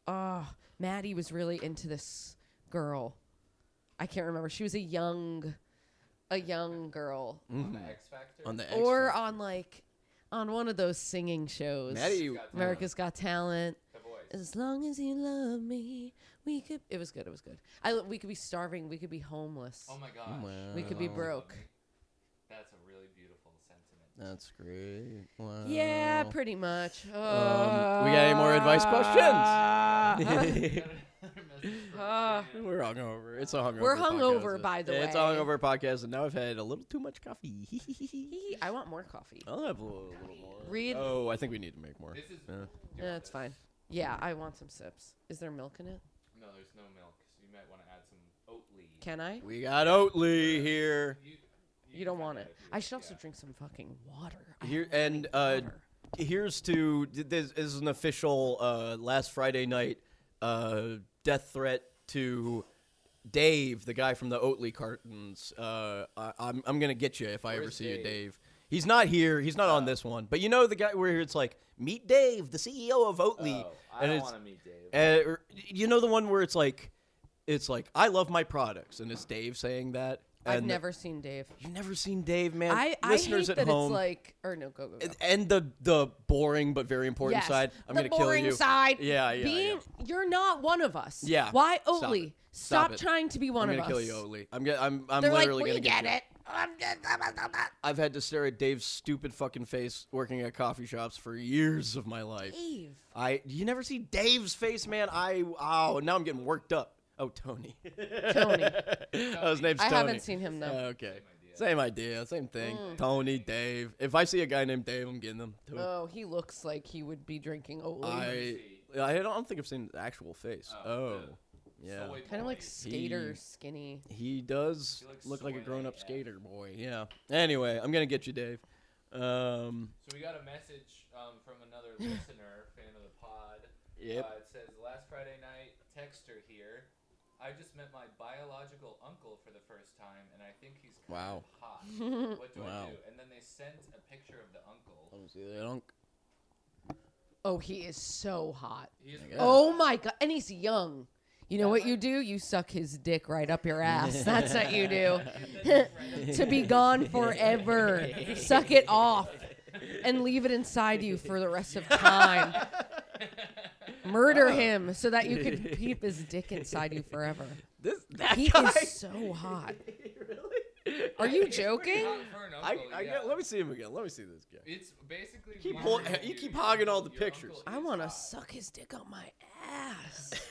S1: Oh, Maddie was really into this girl. I can't remember. She was a young, a young girl,
S2: On the X Factor.
S3: Mm-hmm. On the
S1: or on like, on one of those singing shows.
S3: Maddie,
S2: Got the-
S1: America's Got Talent.
S2: The voice.
S1: As long as you love me, we could. It was good. It was good. I we could be starving. We could be homeless.
S2: Oh my
S3: Mm-hmm.
S2: gosh.
S1: we could be
S3: Wow.
S1: broke.
S2: That's a really beautiful sentiment.
S3: that's great. Wow.
S1: Yeah, pretty much. Uh,
S3: Um, we got any more advice
S1: uh-huh.
S3: questions?
S2: Another message from
S1: Ah.
S2: Christina.
S3: We're hungover. It's a hungover.
S1: We're
S3: podcast.
S1: hungover, by the
S3: It's a
S1: way.
S3: hungover podcast, and now I've had a little too much coffee.
S1: Hee, I want more coffee.
S3: I'll have a little, little more.
S1: Read.
S3: Oh, I think we need to make more.
S2: This is. do
S3: Yeah.
S2: you want
S1: That's
S2: this?
S1: fine. Yeah, I want some sips. Is there milk in it?
S2: No, there's no milk. So you might want to add some oatly.
S1: Can I?
S3: We got Oatly here.
S2: You,
S1: You don't
S2: can
S1: want
S2: add
S1: it.
S2: if you-
S1: I should also
S2: yeah.
S1: drink some fucking water. I
S3: Here
S1: don't like
S3: and uh,
S1: water.
S3: here's to this is an official uh, last Friday night uh, death threat to Dave, the guy from the Oatly cartons. Uh, I, I'm I'm gonna get you if I ever
S2: Where's
S3: see you,
S2: Dave? Ah.
S3: Dave. He's not here. He's not on this one. But you know the guy where it's like, meet Dave, the CEO of Oatly,
S2: Oh, I don't
S3: it's-
S2: want to meet Dave.
S3: uh, or- you know the one where it's like, it's like I love my products, and it's Dave saying that.
S1: I've
S3: uh, and-
S1: never seen Dave.
S3: You've never seen Dave, man.
S1: I, I hate
S3: Listeners
S1: that
S3: at home.
S1: it's like, or no, go, go, go.
S3: and the the boring but very important
S1: Yes,
S3: side. I'm
S1: the
S3: gonna kill
S1: boring
S3: you.
S1: side.
S3: Yeah, yeah,
S1: Being,
S3: yeah.
S1: You're not one of us.
S3: Yeah.
S1: Why,
S3: Stop
S1: Oatly?
S3: it. Stop
S1: Stop,
S3: it.
S1: trying to be one
S3: I'm
S1: of
S3: gonna kill
S1: us.
S3: you, Oli. I'm gonna, I'm I'm
S1: They're like,
S3: literally
S1: we
S3: gonna
S1: get,
S3: you.
S1: it. I'm just- I'm just- I'm just-
S3: I've had to stare at Dave's stupid fucking face working at coffee shops for years of my life.
S1: Dave.
S3: I you never see Dave's face, man. I oh now I'm getting worked up. Oh Tony.
S1: Tony.
S3: oh, his name's
S1: I
S3: Tony.
S1: haven't seen him, though. Mm.
S3: Oh, okay. Same idea, same thing. Tony, Dave. If I see a guy named Dave, I'm getting him. Too.
S1: Oh, he looks like he would be drinking Oatly.
S3: I I don't think I've seen the actual face. Oh, yeah.
S2: Soy
S1: kind of like
S2: boy.
S1: skater
S3: He-
S1: skinny.
S3: He does
S2: He looks
S3: look like a
S2: soy
S3: grown up
S2: AF.
S3: skater boy. Yeah. Anyway, I'm gonna get you, Dave. Um.
S2: So we got a message um, from another listener, fan of the pod.
S3: Yep.
S2: Uh, it says, last Friday night, texter here. I just met my biological uncle for the first time, and I think he's kind
S3: Wow.
S2: of hot. What do I
S3: Wow.
S2: do? And then they sent a picture of the uncle.
S1: Oh, he is so hot.
S2: He is
S3: guess.
S1: Oh my god, and he's young. You know what you do? You suck his dick right up your ass. That's what you do. to be gone forever. suck it off and leave it inside you for the rest of time. Murder him so that you could peep his dick inside you forever.
S3: This that
S1: He
S3: guy.
S1: is so hot.
S3: really?
S1: Are you
S2: Pretty
S1: joking?
S2: hot for an
S3: I,
S1: Oh,
S2: uncle,
S3: I
S2: yeah.
S3: got, let me see him again. Let me see this guy.
S2: It's basically.
S3: Keep
S2: why
S3: hol-
S2: would
S3: you keep hogging all the
S2: your
S3: pictures.
S2: uncle
S1: I
S2: is
S1: want to
S2: hot.
S1: suck his dick on my ass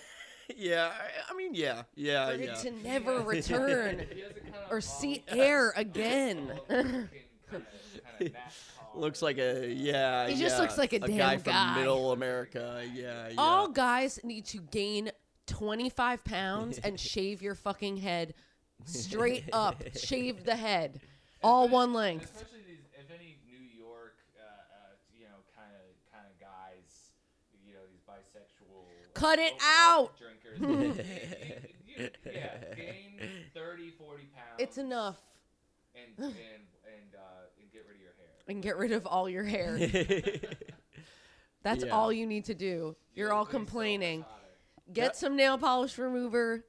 S3: Yeah. I, I mean, yeah. Yeah.
S1: for
S3: Uh, yeah.
S1: it to never return
S2: He has a kind of
S1: or
S2: odd-
S1: see air again.
S2: odd looking kinda- kinda NASCAR.
S3: Looks like a yeah.
S1: He just
S3: yeah,
S1: looks like a damn
S3: guy from
S1: guy.
S3: Middle America. Yeah. yeah.
S1: All guys need to gain 25 pounds and shave your fucking head straight up. shave the head. All one length.
S2: Especially these, if any New York, uh, uh, you know, kind of kind of guys, you know, these bisexual. uh,
S1: Cut it
S2: oat
S1: out!
S2: milk Drinkers. you- you- yeah, gain 30, 40 pounds.
S1: It's enough.
S2: And and and, uh, and get rid of your hair.
S1: And get rid of all your hair. That's
S3: Yeah.
S1: all you need to do. You're all
S2: look so much
S1: complaining.
S2: hotter.
S3: Yeah.
S1: Get some nail polish remover.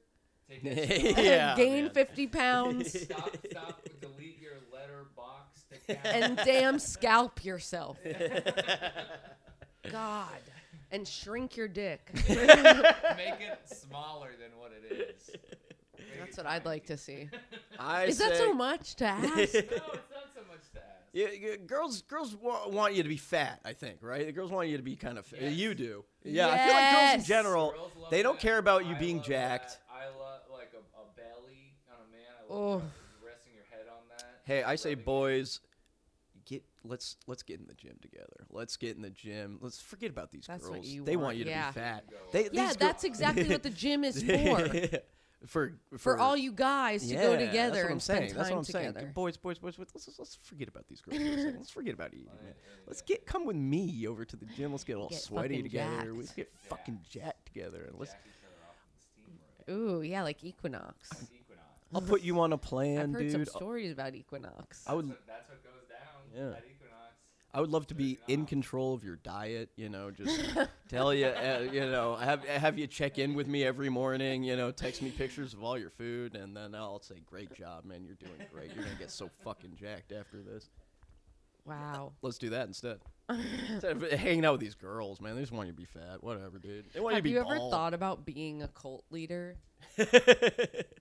S2: Take that shit off.
S3: yeah.
S1: gain
S3: man.
S1: 50 pounds.
S2: Stop, stop, delete your letterbox. to count.
S1: and damn scalp yourself. God. And shrink your dick.
S2: Make it smaller than what it is. Make
S1: That's
S2: it
S1: what I'd like to
S2: tiny.
S1: see.
S3: I
S1: Is that
S3: say-
S1: so much to ask?
S2: No, it's not so much to ask.
S3: Yeah, yeah, girls, girls wa- want you to be fat. I think, right? The girls want you to be kind of. fat.
S2: Yes.
S3: You do. Yeah, I feel like girls in
S1: Yes.
S3: general,
S2: Girls love
S3: they don't
S2: that.
S3: care about you
S2: I
S3: being
S2: love
S3: jacked.
S2: that. I love like a, a belly on a man. I love that. resting your head on that.
S3: Hey, I say,
S2: Rubbing it.
S3: boys, get let's let's get in the gym together. Let's get in the gym. Let's forget about these
S1: That's what
S3: girls.
S1: you
S3: they
S1: want,
S3: want you to
S1: yeah.
S3: be fat. They,
S1: Yeah,
S3: these gir-
S1: that's exactly what the gym is for.
S3: for, for
S1: for all you guys to
S3: yeah,
S1: go together
S3: that's what
S1: and
S3: I'm
S1: spend
S3: saying.
S1: time
S3: That's what I'm saying.
S1: together.
S3: Boys, boys, boys, boys, let's, let's forget about these girls. for a second. let's forget about eating. Man. Let's get come with me over to the gym. Let's get all
S1: Get
S3: sweaty
S1: fucking
S3: together. Let's
S1: jacked.
S3: get fucking jacked together. And let's.
S2: Jack each other off in the steam room.
S1: Ooh, yeah, like Equinox.
S2: Equinox.
S3: I'll put you on a plan,
S1: I've heard
S3: dude.
S1: some
S3: I-
S1: stories about Equinox.
S3: I would
S2: That's what, that's what goes down
S3: Yeah.
S2: at Equinox.
S3: I would love to be in control of your diet, you know, just tell you, uh, you know, have have you check in with me every morning, you know, text me pictures of all your food, and then I'll say, great job, man, you're doing great. You're gonna get so fucking jacked after this.
S1: wow.
S3: Let's do that instead. instead of hanging out with these girls, man, they just want you to be fat, whatever, dude. They want
S1: Have
S3: you
S1: you
S3: to be
S1: ever
S3: bald.
S1: thought about being a cult leader?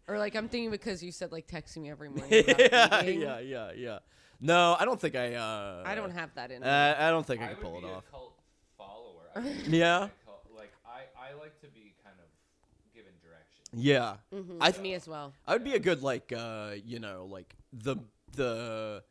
S1: Or like I'm thinking because you said like texting me every morning.
S3: yeah,
S1: About eating.
S3: yeah, yeah, yeah. No, I don't think I. Uh,
S1: I don't have that in. me.
S3: Uh, I don't think I,
S2: I
S3: can
S2: would
S3: pull
S2: be
S3: it off.
S2: a cult follower. I would be
S3: Yeah.
S2: a cult- like I, I like to be kind of given direction.
S3: Yeah, I th-
S1: me as well.
S3: I would be a good like uh you know like the the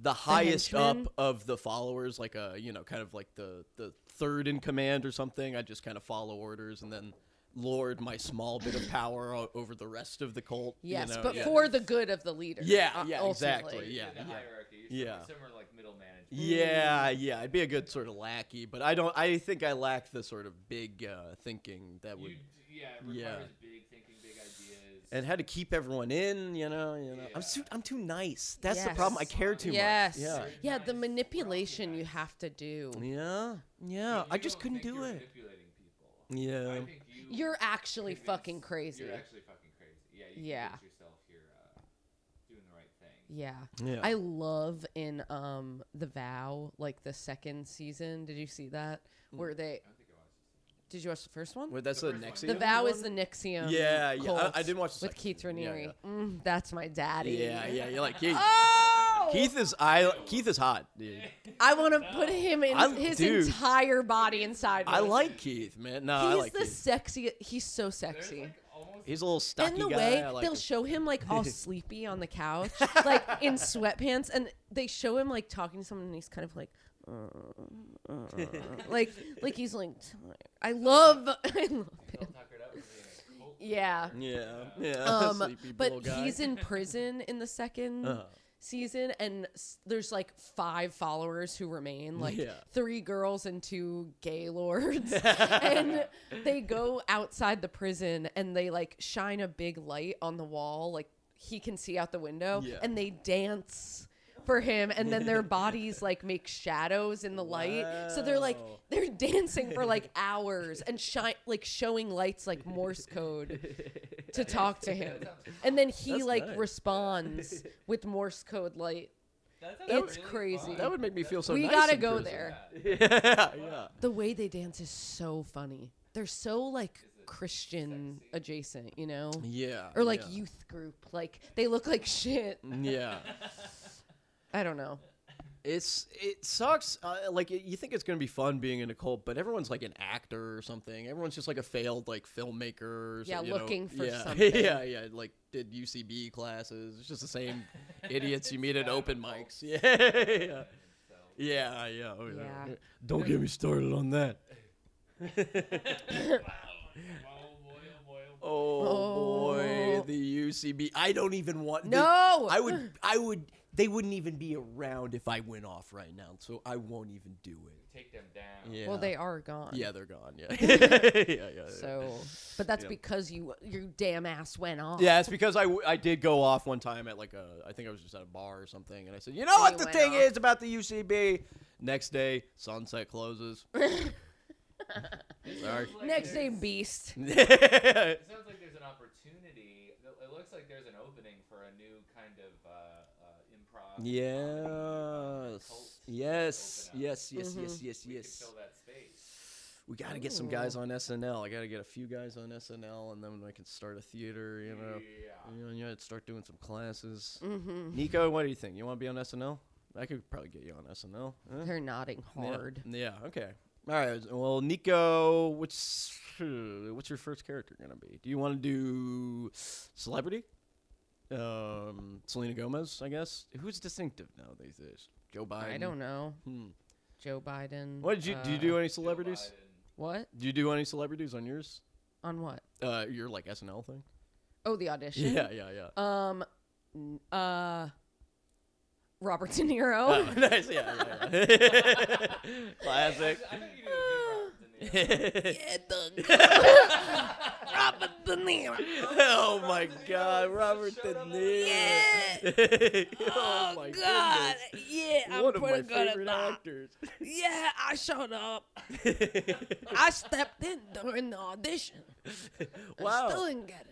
S3: the highest up
S1: henchman?
S3: of the followers like uh you know kind of like the the third in command or something I just kind of follow orders and then lord my small bit of power o- over the rest of the cult you
S1: Yes,
S3: know,
S1: but
S3: yeah.
S1: for the good of the leader.
S3: Yeah,
S1: uh,
S3: yeah,
S1: ultimately.
S3: exactly, yeah.
S2: In the hierarchy, you're
S3: Yeah.
S2: somewhere like middle management.
S3: yeah yeah I'd be a good sort of lackey but I don't I think I lack the sort of big uh thinking that
S2: You,
S3: would
S2: d- yeah, it
S3: Yeah.
S2: requires big thinking, big ideas.
S3: and had to keep everyone in. You know, you know. I'm too, I'm too nice. That's the
S1: Yes.
S3: problem. I care too
S1: yes.
S3: much. Yeah.
S1: Yeah, the manipulation you have to do.
S3: Yeah, yeah. I
S2: You
S3: just
S2: don't
S3: couldn't
S2: think
S3: do
S2: you're
S3: it.
S2: Manipulating people.
S3: Yeah.
S2: I think you
S1: You're actually
S2: convince-
S1: fucking crazy.
S2: You're actually fucking crazy. Yeah. You
S1: Yeah.
S2: convince yourself you're uh, doing the right thing.
S1: Yeah.
S3: Yeah.
S1: I love in um The Vow, like the second season. Did you see that?
S3: Mm.
S1: Where they
S2: I don't think I watched this.
S1: did you watch the first one?
S3: Wait, that's
S2: The
S3: the
S2: first one.
S3: next
S1: the
S2: Nexium
S1: Vow is the Nexium.
S3: Yeah, yeah. I-
S1: cult
S3: I didn't watch the
S1: with
S3: second
S1: Keith
S3: season. Yeah,
S1: Raniere.
S3: yeah.
S1: Mm, that's my daddy.
S3: Yeah, yeah. You're like Keith.
S1: Oh,
S3: Keith is I. Keith is hot, dude.
S1: I want to put him in
S3: I'm-
S1: his
S3: dude.
S1: entire body inside.
S3: I
S1: me.
S3: like Keith, man. No,
S1: He's
S3: I like
S1: the
S3: Keith.
S1: sexiest. He's so
S2: There's
S1: sexy.
S2: like almost.
S3: He's a little stocky
S1: and the
S3: guy.
S1: way
S3: I like
S1: they'll
S3: him.
S1: show him like all sleepy on the couch, like in sweatpants, and they show him like talking to someone, and he's kind of like, uh, uh, like, like he's like, tired. I love, I love
S2: Bill
S1: him.
S2: Tuckered up with being a cult
S1: Yeah.
S2: leader.
S3: yeah, yeah.
S1: Um,
S3: sleepy little
S1: but
S3: guy.
S1: he's in prison in the 2nd
S3: Uh-huh.
S1: season, and s- there's like five followers who remain, like
S3: Yeah.
S1: three girls and two gay lords, and they go outside the prison and they like shine a big light on the wall, like he can see out the window,
S3: Yeah.
S1: and they dance for him and then their bodies like make shadows in the light so they're like
S3: Wow.
S1: they're dancing for like hours and shine like showing lights like morse code to talk to him and then he
S3: That's
S1: like
S3: nice.
S1: responds with morse code light
S2: That sounds
S1: It's
S2: really
S1: crazy.
S2: fun.
S3: that would make me feel so.
S1: we
S3: nice
S1: gotta
S3: in
S1: go
S3: prison.
S1: there
S3: Yeah, yeah.
S1: the way they dance is so funny they're so like christian
S2: sexy?
S1: adjacent you know
S3: Yeah.
S1: or like
S3: yeah.
S1: youth group like they look like shit
S3: Yeah.
S1: i don't know
S3: It's it sucks. Uh, like y- you think it's gonna be fun being in a cult, but everyone's like an actor or something. Everyone's just like a failed like filmmaker. Or
S1: Yeah,
S3: some- you know,
S1: looking for
S3: yeah,
S1: something.
S3: yeah, yeah. Like did UCB classes. It's just the same idiots you meet at open mics. Yeah, yeah, yeah, yeah. oh, yeah.
S1: Yeah.
S3: Don't get me started on that.
S2: Oh boy, oh boy, oh boy.
S3: Oh,
S1: Oh.
S3: boy, the UCB. I don't even want. they-
S1: No!
S3: I would. I would. They wouldn't even be around if I went off right now, so I won't even do it.
S2: Take them down.
S3: Yeah.
S1: well they are gone
S3: Yeah, they're gone. Yeah. yeah, yeah, yeah.
S1: so but that's
S3: Yeah.
S1: because you your damn ass went off
S3: Yeah, it's because I, w- I did go off one time at like a I think I was just at a bar or something, and I said, you know what
S1: you
S3: the
S1: went
S3: thing
S1: off.
S3: is about the UCB. Next day, sunset closes. Sorry.
S1: next day beast
S3: yeah,
S2: It sounds like there's an opportunity. It it looks like there's an opening for a new kind of uh, uh, improv.
S3: Yes. Yes. Yes.
S1: Mm-hmm.
S3: Yes. Yes. Yes.
S2: We
S3: Yes.
S2: can fill that space.
S3: We gotta get some guys on SNL. I gotta get a few guys on SNL, and then I can start a theater. You know.
S2: Yeah.
S3: You know, you gotta start doing some classes.
S1: Mm. Mm-hmm.
S3: Nico, what do you think? You want to be on SNL? I could probably get you on SNL. huh?
S1: they're nodding
S3: Yeah.
S1: hard
S3: Yeah. Okay. All right. Well, Nico, what's what's your first character gonna be? Do you want to do celebrity? Um, Selena Gomez, I guess. Who's distinctive now these days? Joe Biden.
S1: i don't know
S3: Hmm.
S1: joe biden uh,
S3: What did you do? You do any celebrities?
S2: Joe Biden.
S1: what
S3: Do you do any celebrities on yours?
S1: on what
S3: Uh, your like SNL thing?
S1: oh the audition
S3: Yeah, yeah, yeah.
S1: Um, n- uh, Robert De Niro.
S3: Oh, nice. Yeah, yeah, yeah. Classic.
S2: I think you did a good Robert De Niro.
S1: Robert De Niro.
S3: oh my
S2: De Niro
S3: God,
S2: just
S3: Robert
S2: showed
S3: De
S2: up on
S3: Niro. oh my God.
S1: Yeah, Oh, I'm
S3: One of my
S1: pretty good at
S3: favorite
S1: that.
S3: actors.
S1: Yeah, I showed up. I stepped in during the audition. I still
S3: wow.
S1: didn't get it.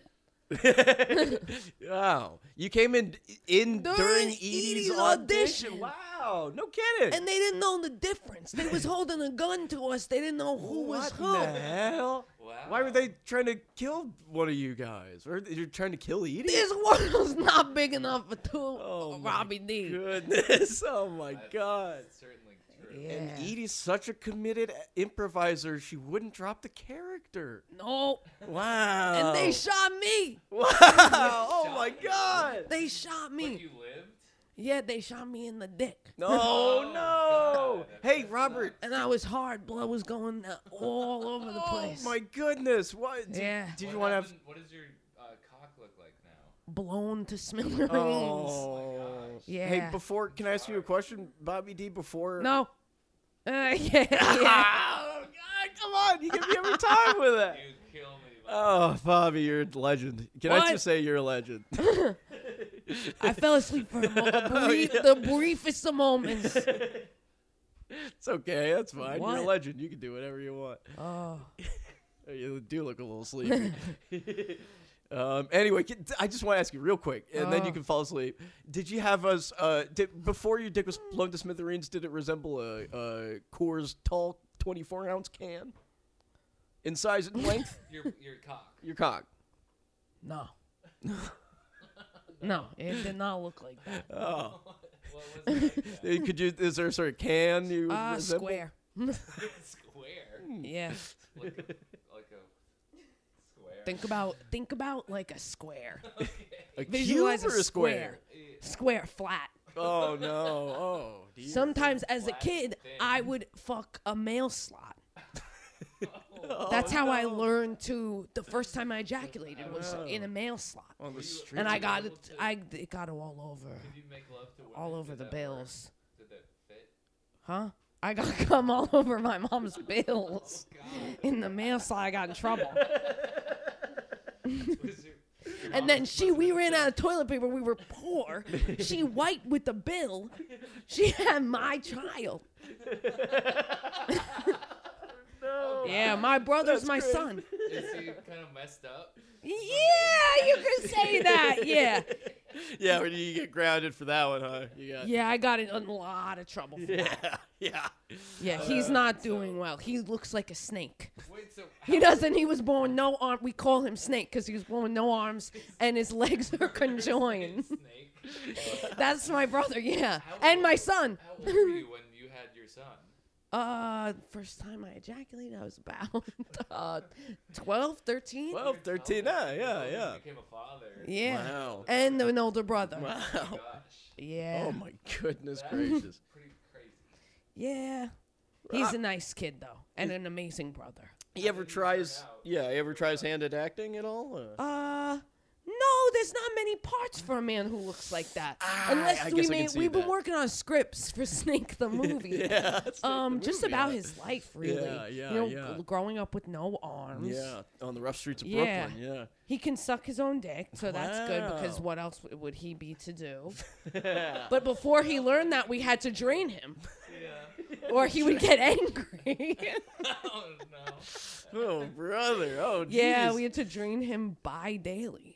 S3: wow. You came in in during,
S1: During
S3: Edie's,
S1: Edie's
S3: audition.
S1: audition.
S3: Wow. No kidding.
S1: And they didn't know the difference. They was holding a gun to us. They didn't know who was
S3: what
S1: who.
S3: the hell?
S2: Wow.
S3: Why were they trying to kill one of you guys? Or you're trying to kill Edie?
S1: This world's not big enough for two Uh,
S3: Oh my
S1: Robbie D.
S3: Goodness. Oh my God.
S2: That's certainly true.
S1: Yeah.
S3: And Edie's such a committed improviser, she wouldn't drop the character.
S1: No.
S3: Wow.
S1: And they shot me.
S3: Wow. Oh my God.
S1: They shot
S2: When
S1: me.
S2: you lived?
S1: Yeah, they shot me in the dick.
S3: No, no.
S2: God.
S3: Hey, Robert.
S1: And I was hard. Blood was going uh, all over the
S3: Oh
S1: place.
S3: my goodness. What? Did,
S1: Yeah.
S3: Did you
S2: What
S3: want to have?
S2: happened- What does your uh, cock look like now?
S1: Blown to smithereens.
S3: Oh.
S1: Yeah.
S3: Hey, before can I ask you a question, Bobby D? Before Oh,
S1: no. Uh, yeah. yeah.
S3: Ah, God, come on, you get me every time with that.
S2: You kill me.
S3: Oh, Bobby, you're a legend. Can
S1: What?
S3: I just say you're a legend?
S1: I fell asleep for a mo- the, brief, the briefest of moments.
S3: It's okay. That's fine. You're
S1: What?
S3: a legend. You can do whatever you want.
S1: Oh,
S3: Oh, You do look a little sleepy. um, anyway, can- I just want to ask you real quick, and then you
S1: Oh.
S3: can fall asleep. Did you have us uh, did, before your dick was blown to smithereens? Did it resemble a, a Coors tall 24 ounce can in size and length?
S2: Your your cock.
S3: your cock.
S1: no. no, it did not look like that.
S3: Oh,
S2: What was it like that?
S3: Uh, could you? Is there a sort of can you? would
S1: Ah,
S3: resemble?
S1: square.
S2: Square.
S1: yeah.
S2: Like a, like a square.
S1: Think about think about like a square.
S3: A
S1: Visualize
S3: cube or
S1: a square.
S2: Yeah.
S1: Square flat.
S3: Oh no! Oh, dear.
S1: Sometimes as a
S2: flat
S1: kid,
S2: thing.
S1: I would fuck a male slot. That's how
S2: Oh,
S1: I learned to. The first time I ejaculated was in a male slot,
S3: on the street.
S1: and I got
S2: able
S1: it.
S2: to-
S1: I it got it all over,
S2: Did you make love to women?
S1: all over
S2: Did
S1: the
S2: that
S1: bills,
S2: work? Did that fit?
S1: huh? I got cum all over my mom's bills.
S2: God.
S1: In the male slot, I got in trouble,
S2: Was your- your mom
S1: and then
S2: was
S1: she. We
S2: listening
S1: ran
S2: to-
S1: out of toilet paper. We were poor. She wiped with the bill. She had my child.
S2: Oh,
S1: Yeah, my brother's
S3: That's
S1: my
S3: great.
S1: son.
S2: Is he kind of messed up?
S1: Yeah, you can say that. Yeah.
S3: yeah, when you get grounded for that one, huh? You got
S1: Yeah, I got in a lot of trouble. for Uh, that.
S3: yeah, yeah.
S1: Yeah, he's not doing well. He looks like a snake.
S2: Wait, so
S1: He doesn't. He was born no arm. We call him Snake because he was born no arms and his legs are conjoined.
S2: snake.
S1: That's my brother. Yeah, and my son.
S2: How old were you when you had your son?
S1: Uh, first time I ejaculated, I was about uh, 12, 13.
S3: 12, 13, ah, yeah,
S2: You
S3: yeah.
S2: became a father.
S1: Yeah,
S3: Wow.
S1: and an older brother.
S3: Wow.
S2: Gosh,
S1: Yeah,
S3: Oh my goodness
S2: That-
S3: gracious.
S2: pretty crazy.
S1: yeah. He's a nice kid though, and an amazing brother.
S3: You ever
S2: did you
S3: try
S2: start
S3: his
S2: out?
S3: yeah, you ever try his hand at acting at all? or-
S1: Uh, no, there's not many parts for a man who looks like that. Unless
S3: Ah, I
S1: we
S3: guess I
S1: may,
S3: can see
S1: we've been
S3: that.
S1: working on scripts for Snake the movie.
S3: yeah. it's like
S1: Um,
S3: the
S1: just
S3: movie,
S1: about
S3: huh?
S1: his life, really.
S3: Yeah, yeah,
S1: you know,
S3: yeah.
S1: g- growing up with no arms.
S3: Yeah, on the rough streets of
S1: Yeah.
S3: Brooklyn, yeah.
S1: He can suck his own dick, so that's good because
S3: Wow.
S1: what else w- would he be to do? but before he learned that, we had to drain him,
S2: Yeah.
S1: or he would get angry.
S2: oh no.
S3: Oh brother. Oh
S1: yeah,
S3: jeez.
S1: we had to drain him bi daily.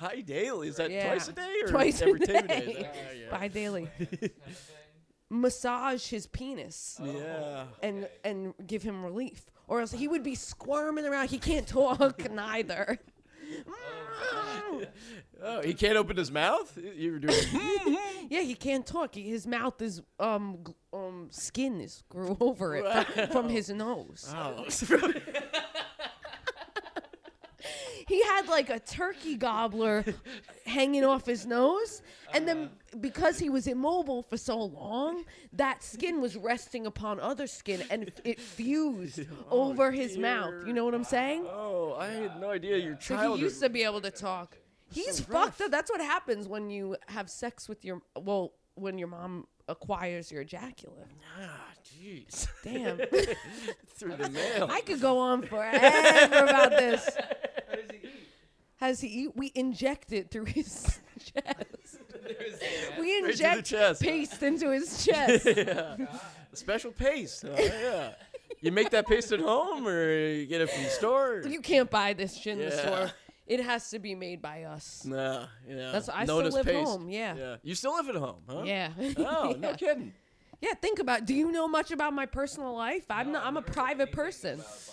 S3: Bi daily. Is that
S1: Yeah.
S3: twice a day or
S1: Twice a
S3: every two
S1: day.
S3: days?
S2: Yeah.
S3: yeah.
S1: Bi daily.
S2: Kind of thing.
S1: Massage his penis.
S3: Yeah.
S1: and and give him relief, or else he would be squirming around. He can't talk neither.
S3: Oh, he can't open his mouth? You were doing
S1: yeah, he can't talk. He, his mouth is um gl- um skin is grew over it from, from his nose.
S3: Wow.
S1: He had like a turkey gobbler hanging off his nose, and then
S3: Uh-huh.
S1: because he was immobile for so long, that skin was resting upon other skin, and it fused over his mouth. You know what I'm saying?
S3: Oh, I had no idea your
S1: So
S3: child
S1: he used to be able to talk. He's fucked up. That's what happens when you have sex with your well, when your mom acquires your ejaculate.
S3: Ah, jeez.
S1: Damn.
S3: Through the mail.
S1: I could go on forever about this.
S2: How does he eat?
S1: Has he eat? We inject it through his chest.
S2: There's that.
S1: We
S3: the
S1: inject
S3: chest.
S1: paste into his chest.
S3: yeah. Special paste. huh? yeah. You make that paste at home or you get it from the store?
S1: You can't buy this shit in the
S3: Yeah.
S1: store. It has to be made by us.
S3: Nah, yeah.
S1: That's I
S3: Known
S1: still
S3: as
S1: live
S3: paste.
S1: home. Yeah.
S3: Yeah. You still live at home, huh?
S1: Yeah.
S3: Oh,
S1: yeah.
S3: no kidding.
S1: Yeah, think about. Do you know much about my personal life? I'm not.
S2: I've
S1: I'm a
S2: never heard
S1: private
S2: anything
S1: person.
S2: about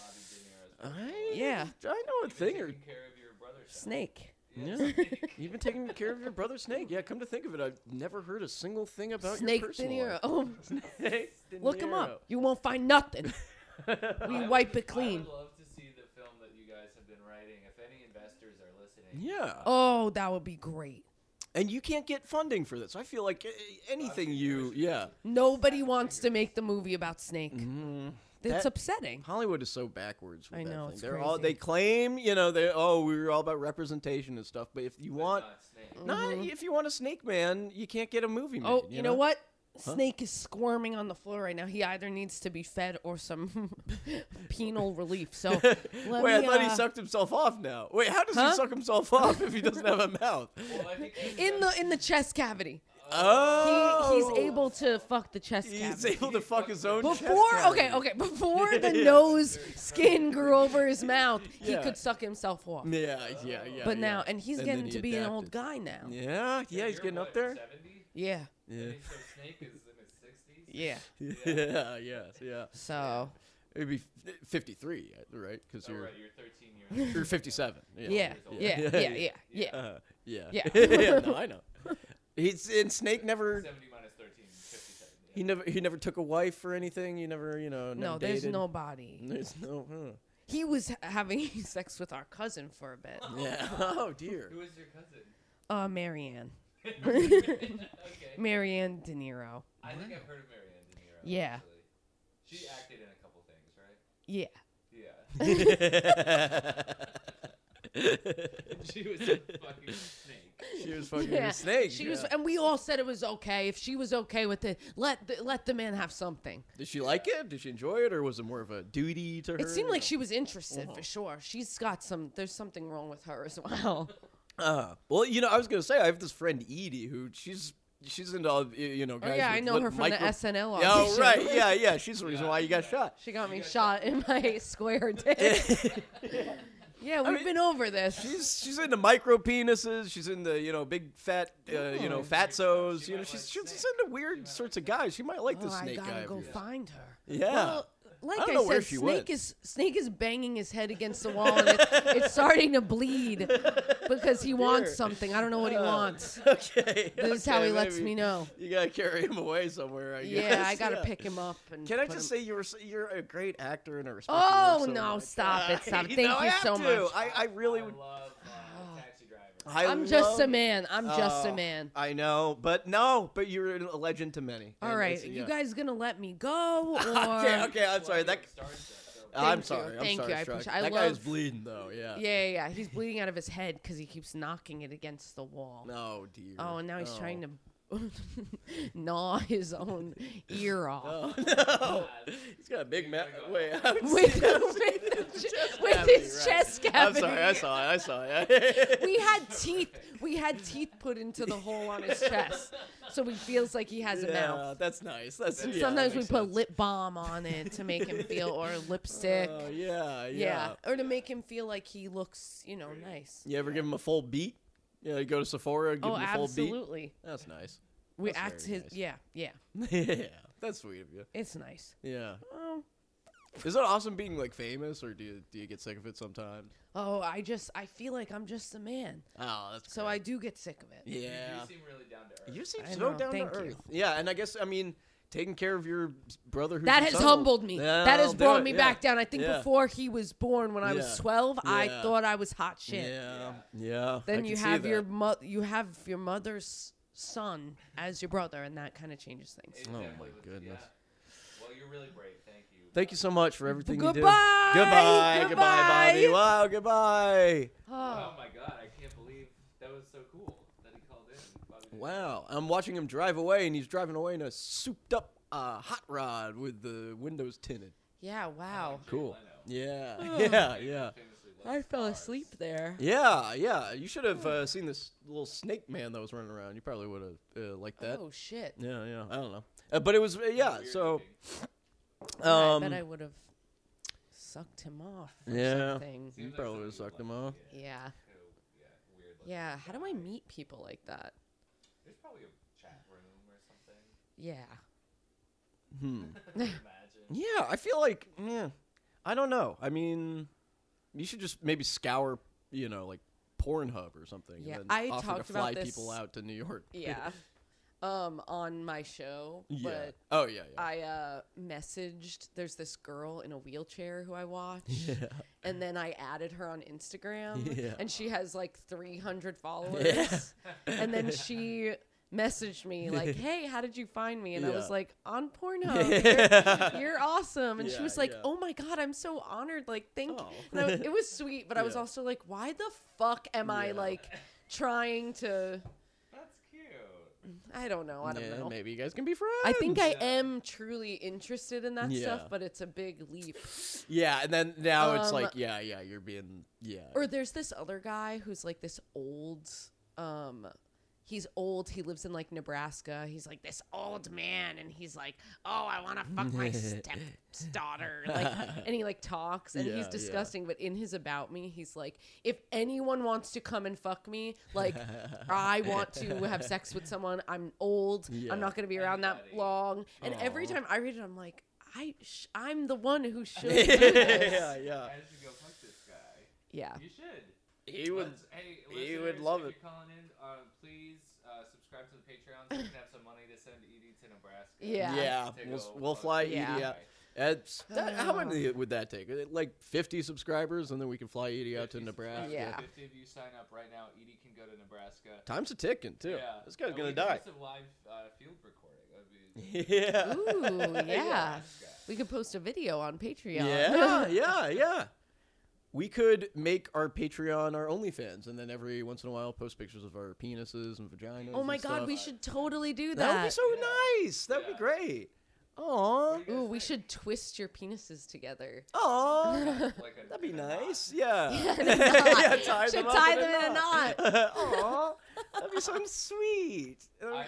S2: Bobby De Niro's
S3: I,
S1: Yeah.
S3: I know a thing or
S2: Taking care of your brother's son.
S1: Snake.
S3: yeah. You've been taking care of your brother Snake. Yeah, come to think of it, I've never heard a single thing about
S1: Snake
S3: your
S1: De
S3: personal
S1: Niro.
S3: life.
S1: Oh,
S3: Snake De
S1: look him
S3: Niro.
S1: up. You won't find nothing. we wipe it
S2: I
S1: clean.
S2: would love to see the film that you guys have been writing. If any investors are listening,
S3: Yeah.
S1: Oh, that would be great.
S3: And you can't get funding for this. I feel like uh, anything you, yeah.
S1: Nobody wants to make the movie about Snake. That's
S3: Mm-hmm. That-
S1: upsetting.
S3: Hollywood is so backwards. With
S1: I
S3: that
S1: know,
S3: thing.
S1: it's
S3: They're all
S1: crazy.
S3: they claim, you know, they oh we were all about representation and stuff. But if you
S2: but
S3: want,
S2: not Snake.
S3: not if you want a Snake Man, you can't get a movie.
S1: Mm-hmm. Oh,
S3: made,
S1: you know what? Snake is squirming on the floor right now. He either needs to be fed or some penal relief. So let
S3: Wait, I
S1: me,
S3: thought he
S1: uh,
S3: sucked himself off now. Wait, how does
S1: Huh?
S3: he suck himself off if he doesn't have a mouth?
S2: Well, I think he's
S1: in the in the chest cavity. He,
S3: Oh,
S1: he's able to fuck the chest
S3: He's
S1: cavity.
S3: able to fuck his own chest
S1: Before okay,
S3: cavity.
S1: okay, before the nose skin grew over his mouth, he
S3: Yeah.
S1: could suck himself off.
S3: Yeah, yeah, yeah.
S1: But
S3: yeah.
S1: now, and he's
S3: And then
S1: getting
S3: he
S1: to be an old
S3: adapted.
S1: guy now. Yeah.
S3: Yeah, yeah, he's
S2: you're
S3: getting
S2: what,
S3: up there.
S2: 70?
S1: Yeah.
S3: Yeah,
S2: So Snake is in his 60s?
S3: yeah, yeah, yeah.
S1: So,
S3: It'd be f- 53, right? Because
S2: Oh,
S3: you're
S2: right, you're 13 years
S3: you're 57. Yeah,
S1: yeah. Yeah. Yeah. Yeah. Yeah.
S3: Uh, yeah,
S1: Yeah.
S3: yeah. No, I know. He's and Snake never
S2: 70 minus 13, 57.
S3: he never he never took a wife or anything. He never you know never
S1: No, there's
S3: dated.
S1: nobody.
S3: there's no huh.
S1: He was ha- having sex with our cousin for a bit.
S3: yeah oh dear
S2: Who is your cousin?
S1: Uh, Marianne.
S2: okay.
S1: Marianne De Niro.
S2: I think I've heard of Marianne De Niro.
S1: Yeah.
S2: Actually. She acted in a couple things, right?
S1: Yeah.
S2: Yeah.
S3: she
S2: she was a fucking snake.
S3: was fucking
S1: Yeah,
S3: a snake.
S1: She was,
S3: yeah.
S1: and we all said it was okay. If she was okay with it, let the, let the man have something.
S3: Did she like it? Did she enjoy it, or was it more of a duty to her?
S1: It seemed like she was interested for
S3: Uh-huh.
S1: sure. She's got some. There's something wrong with her as well.
S3: Uh, well, you know, I was gonna say I have this friend Edie who she's she's into all y- you know
S1: Oh
S3: guys.
S1: yeah, I
S3: with
S1: know
S3: lit-
S1: her from
S3: micro-
S1: the SNL.
S3: Yeah, Oh
S1: audition.
S3: right, yeah, yeah. She's the reason why you got shot.
S1: She got me
S2: You got
S1: shot in my square dick. yeah, we've
S3: mean,
S1: been over this.
S3: She's she's into micro penises. She's into you know big fat uh, you know
S1: Oh.
S3: fatzos.
S2: She
S3: you know
S2: might
S3: she's
S2: like
S3: she's
S2: snake.
S3: into weird sorts of guys. She might like
S1: oh,
S3: the
S1: I
S3: snake guy.
S1: gotta
S3: if
S1: go
S3: you-
S1: find her.
S3: Yeah.
S1: Well, like
S3: I don't
S1: I,
S3: know
S1: said,
S3: where she
S1: Snake
S3: went.
S1: is Snake is banging his head against the wall, and it's, it's starting to bleed because he wants
S3: Dear.
S1: something. I don't know what he
S3: Oh.
S1: wants.
S3: okay.
S1: This is how he lets me know.
S3: You gotta carry him away somewhere. I guess.
S1: Yeah, I gotta pick him up. And
S3: Can I
S1: put
S3: just
S1: him-
S3: say you're s- you're a great actor and a respected
S1: Oh,
S3: work so
S1: no,
S3: much.
S1: stop it, stop it.
S3: I-
S1: Thank
S3: no, I
S1: you
S3: have
S1: so
S3: to.
S1: much.
S3: I, I really
S2: I
S3: would.
S2: love uh, Taxi Driver.
S3: I
S1: I'm just a
S3: love-
S1: man. I'm just a
S3: Oh,
S1: man.
S3: I know, but no, but you're a legend to many.
S1: All
S3: And
S1: right,
S3: it's-
S1: you
S3: yeah.
S1: guys gonna let me go or?
S3: okay, okay, I'm sorry. That
S1: Thank
S3: I'm
S1: you,
S3: sorry. I'm
S1: thank you,
S3: sorry.
S1: I
S3: Shrek.
S1: appreciate- I
S3: that guy is
S1: love-
S3: bleeding though. Yeah.
S1: Yeah, yeah, yeah. He's bleeding out of his head because he keeps knocking it against the wall.
S3: Oh dear.
S1: Oh, and now he's
S3: Oh.
S1: trying to gnaw his own ear off.
S3: Oh no! He's got a big mouth. Wait, I haven't
S1: With,
S3: seen-
S1: the- with, the che- with
S3: cavity,
S1: his
S3: right.
S1: chest
S3: I'm
S1: cavity.
S3: sorry. I saw it. I saw it.
S1: We had teeth. We had teeth put into the hole on his chest, so he feels like he has a
S3: yeah,
S1: mouth.
S3: That's nice. That's yeah, that
S1: Sometimes we
S3: makes
S1: put
S3: sense.
S1: lip balm on it to make him feel, or lipstick.
S3: Oh yeah, yeah.
S1: yeah. or to make him feel like he looks, you know, nice.
S3: You ever give him a full beat? Yeah, you go to Sephora, give
S1: oh,
S3: him a full beat.
S1: absolutely.
S3: That's nice.
S1: We
S3: That's
S1: act
S3: very
S1: his.
S3: nice.
S1: Yeah, yeah.
S3: yeah, that's sweet of you.
S1: It's nice.
S3: Yeah.
S1: Oh.
S3: Is it awesome being like famous, or do you, do you get sick of it sometimes?
S1: Oh, I just I feel like I'm just a man,
S3: Oh, that's
S1: so
S3: great.
S1: I do get sick of it.
S3: Yeah.
S2: You seem really down to earth.
S3: You seem
S1: I
S3: so
S1: know,
S3: down
S1: thank
S3: to
S1: you.
S3: earth. Yeah, and I guess I mean taking care of your brother. Who's
S1: That has
S3: disabled.
S1: humbled me.
S3: Yeah,
S1: that has
S3: I'll do
S1: brought
S3: it,
S1: me
S3: yeah.
S1: back down. I think
S3: Yeah.
S1: before he was born, when I was
S3: Yeah.
S1: 12, I
S3: Yeah.
S1: thought I was hot shit.
S3: Yeah, yeah. I
S1: Then
S3: can
S1: you
S3: see
S1: have
S3: that.
S1: your mo- you have your mother's son as your brother, and that kind of changes things.
S2: It
S3: Oh, my
S2: definitely was-
S3: goodness.
S2: yeah. Well, you're really brave. Thank you.
S3: Thank you so much for everything you do.
S1: Goodbye!
S3: Goodbye. Goodbye, Bobby.
S1: Goodbye!
S3: Wow. Goodbye.
S1: Oh,
S2: Oh my god, I can't believe that was so cool that he called in. Bobby Darin.
S3: Wow. I'm watching him drive away, and he's driving away in a souped-up uh, hot rod with the windows tinted.
S1: yeah. Wow.
S2: Jay
S3: Cool.
S2: Leno.
S3: Yeah.
S1: Oh.
S3: Yeah. Yeah.
S2: Famously loved
S1: I fell
S2: cars.
S1: asleep there.
S3: Yeah, yeah. You should have uh, seen this little snake man that was running around. You probably would have uh, liked that.
S1: Oh shit.
S3: Yeah, yeah. I don't know, uh, but it was uh, yeah.
S2: Weird
S3: So
S2: looking.
S1: Yeah,
S3: um,
S1: I bet I would have sucked him off. Or
S3: Yeah.
S1: Something.
S3: you
S2: Seems like
S3: probably would have
S2: something
S3: sucked him off.
S1: Yeah.
S2: Who- Yeah. Weird. looking
S1: Yeah. How do I
S2: guy.
S1: meet people like that?
S2: There's probably a chat room or something.
S1: Yeah.
S3: Hmm.
S2: Imagine.
S3: Yeah, I feel like yeah. I don't know. I mean, you should just maybe scour, you know, like Pornhub or something.
S1: Yeah,
S3: and then
S1: I
S3: offer to
S1: talked about
S3: fly
S1: this-
S3: people out to New York.
S1: Yeah. um, on my show,
S3: yeah.
S1: but
S3: oh yeah. Yeah.
S1: I uh messaged. There's this girl in a wheelchair who I watch,
S3: yeah.
S1: and then I added her on Instagram,
S3: Yeah.
S1: and she has like 300 followers.
S3: Yeah.
S1: And then she messaged me like, "Hey, how did you find me?" And I was
S3: Yeah.
S1: like, "On Pornhub. You're, you're awesome." And she
S3: Yeah,
S1: was like,
S3: yeah.
S1: "Oh my god, I'm so honored. Like, thank."
S3: Oh.
S1: And I was- it was sweet, but I was
S3: Yeah.
S1: also like, "Why the fuck am I
S3: Yeah.
S1: like trying to?"
S2: That's cute.
S1: I don't know. I don't
S3: yeah,
S1: know.
S3: Maybe you guys can be friends.
S1: I think I
S2: Yeah.
S1: am truly interested in that stuff,
S3: Yeah.
S1: but it's a big leap.
S3: Yeah, and then now it's
S1: Um,
S3: like, yeah, yeah, you're being, yeah.
S1: Or there's this other guy who's like this old um he's old, he lives in like Nebraska. He's like this old man and he's like, "Oh, I want to fuck my stepdaughter." Like and he like talks and
S3: Yeah,
S1: he's
S3: yeah.
S1: disgusting, but in his about me, he's like, "If anyone wants to come and fuck me, like I want to have sex with someone. I'm old.
S3: Yeah.
S1: I'm not going to be around that
S2: Anybody.
S1: long." And every
S3: Aw.
S1: time I read it, I'm like, I sh- I'm the one who should do
S3: yeah,
S1: this.
S3: yeah.
S2: I should go fuck this guy.
S1: Yeah.
S2: You should.
S3: He would.
S2: Let's- hey,
S3: he would
S2: listeners,
S3: love
S2: if
S3: it.
S2: You're calling in, uh, please uh, subscribe to the Patreon so we can have some money to send Edie to Nebraska.
S1: Yeah.
S3: Yeah,
S2: To
S3: we'll-
S2: go
S3: we'll
S2: fuck
S3: fly E
S2: this
S1: Edie
S2: guy.
S3: out. That's, that, how
S1: Ah.
S3: many would that take? Uh, Like 50 subscribers, and then we can fly Edie out to
S2: 50
S3: Nebraska.
S2: subscribers.
S1: Yeah.
S2: Fifty of you sign up right now. Edie can go to Nebraska.
S3: Time's a ticking too.
S2: Yeah.
S3: This guy's
S2: And
S3: gonna
S2: we can do
S3: die.
S2: Some live uh, field recording. That'd be
S3: yeah.
S1: Ooh, yeah.
S2: Nebraska.
S1: We could post a video on Patreon.
S3: Yeah, yeah, yeah. We could make our Patreon our OnlyFans, and then every once in a while post pictures of our penises and vaginas.
S1: oh my
S3: and
S1: god,
S3: stuff.
S1: we should totally do
S3: That would be
S1: that.
S3: so nice. That would be
S2: Yeah.
S3: great. Aw.
S2: What do you
S1: Ooh,
S2: guys
S1: we
S2: think?
S1: should twist your penises together.
S3: Aw.
S2: Like a,
S3: That'd be
S2: a knot.
S3: nice. Yeah.
S1: in a knot.
S3: tie
S1: Should
S3: them up
S1: tie
S3: in
S1: them in a
S3: Aw. That'd be so sweet.
S2: I, I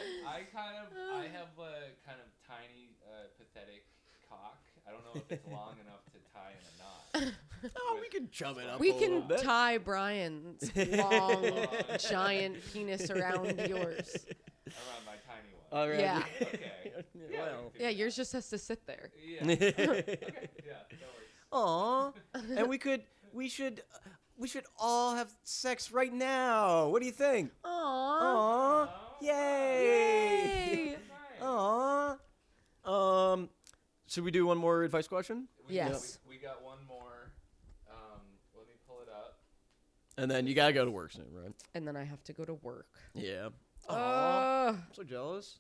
S2: kind of I have a kind of tiny uh, pathetic cock. I don't know if it's long enough to tie in a knot.
S3: oh, we can chum it up.
S1: We
S3: a little
S1: can
S3: bit.
S1: tie Brian's long, giant penis around yours.
S2: Around my tiny one.
S3: All right.
S1: Yeah.
S2: Okay. Yeah, we
S3: well.
S2: can do
S1: Yeah,
S2: that.
S1: yours just has to sit there.
S2: Yeah. okay. Yeah. That works.
S3: Aw. and we could, we should, we should all have sex right now. What do you think?
S1: Aww.
S3: Aw. Yay. Oh,
S1: Yay.
S2: Oh, Nice.
S3: Aw. Um, should we do one more advice question?
S2: We,
S1: Yes.
S2: We, we got one more. Um, let me pull it up.
S3: And then you gotta go to work soon, right?
S1: And then I have to go to work.
S3: Yeah. Aw.
S1: Oh,
S3: I'm so jealous.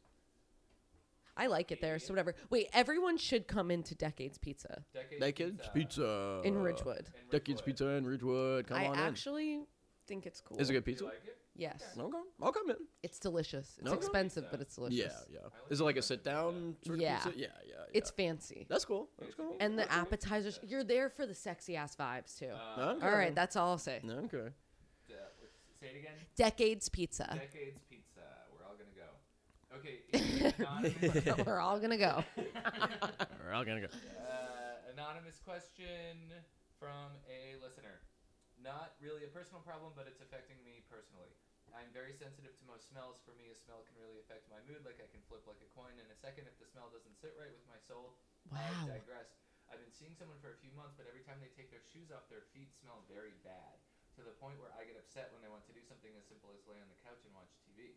S1: I like it there, so whatever. Wait, everyone should come into Decades Pizza
S2: Decades
S3: Naked's
S2: pizza.
S3: Pizza.
S1: in Ridgewood.
S2: in
S3: Decades
S2: Ridgewood.
S3: Pizza in Ridgewood. Uh, Come
S1: I
S3: on
S1: actually think it's cool.
S3: in. Is it good
S2: Do you
S3: pizza?
S2: like it?
S1: Yes.
S3: Okay. I'll come in.
S1: It's delicious. It's
S3: No?
S1: expensive, but it's delicious.
S3: Yeah, yeah. Is it like a sit down sort of
S1: Yeah.
S3: pizza? Yeah, yeah, yeah.
S1: It's fancy.
S3: That's cool. That's cool.
S1: And the
S3: That's cool.
S1: appetizers, you're there for the sexy ass vibes too.
S2: Uh,
S3: Okay.
S1: All right, that's all I'll say.
S3: Okay.
S2: d- what's- say it again.
S1: Decades Pizza.
S2: Decades pizza. We're all gonna go. Okay. Ian, anonymous,
S1: We're all gonna go.
S3: We're all gonna go.
S2: uh, anonymous question from a listener. Not really a personal problem, but it's affecting me personally. I'm very sensitive to most smells. For me, a smell can really affect my mood. Like I can flip like a coin in a second if the smell doesn't sit right with my soul. I
S1: Wow.
S2: digress. I've been seeing someone for a few months, but every time they take their shoes off, their feet smell very bad. To the point where I get upset when I want to do something as simple as lay on the couch and watch TV.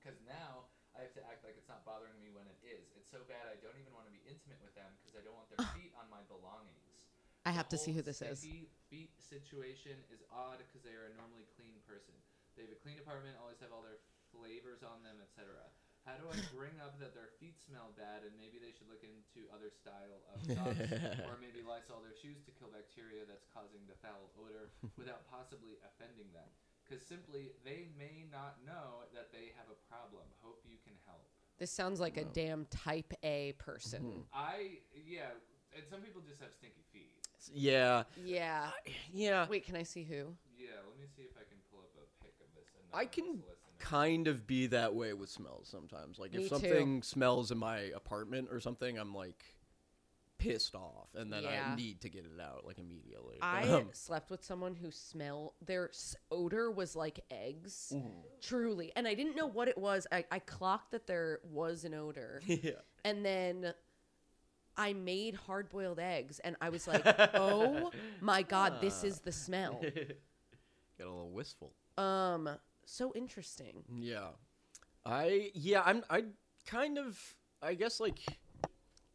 S2: Because now I have to act like it's not bothering me when it is. It's so bad I don't even want to be intimate with them because I don't want their feet on my belongings.
S1: I
S2: The
S1: have to see
S2: whole
S1: who this is.
S2: sticky Feet situation is odd because they are a normally clean person. They have a clean apartment, always have all their flavors on them, etc. How do I bring up that their feet smell bad and maybe they should look into other style of socks or maybe Lysol their shoes to kill bacteria that's causing the foul odor without possibly offending them? Because simply, they may not know that they have a problem. Hope you can help.
S1: This sounds like a damn type A person.
S2: I, yeah, and some people just have stinky feet.
S3: Yeah.
S1: Yeah.
S3: Yeah.
S1: Uh, Wait, can I see who?
S2: Yeah, let me see if I can pull up a pic of this.
S3: I can
S2: anonymous listener.
S3: kind of be that way with smells sometimes. Like if
S1: Me too.
S3: something smells in my apartment or something, I'm like pissed off and then I
S1: Yeah.
S3: need to get it out like immediately.
S1: I
S3: Um,
S1: slept with someone who smell their s- odor was like eggs, truly, and I didn't know what it was. I, I clocked that there was an odor,
S3: yeah.
S1: and then I made hard boiled eggs, and I was like, "Oh my god, this is the smell."
S3: Get a little wistful.
S1: Um, so interesting.
S3: Yeah. I yeah, I'm I kind of I guess like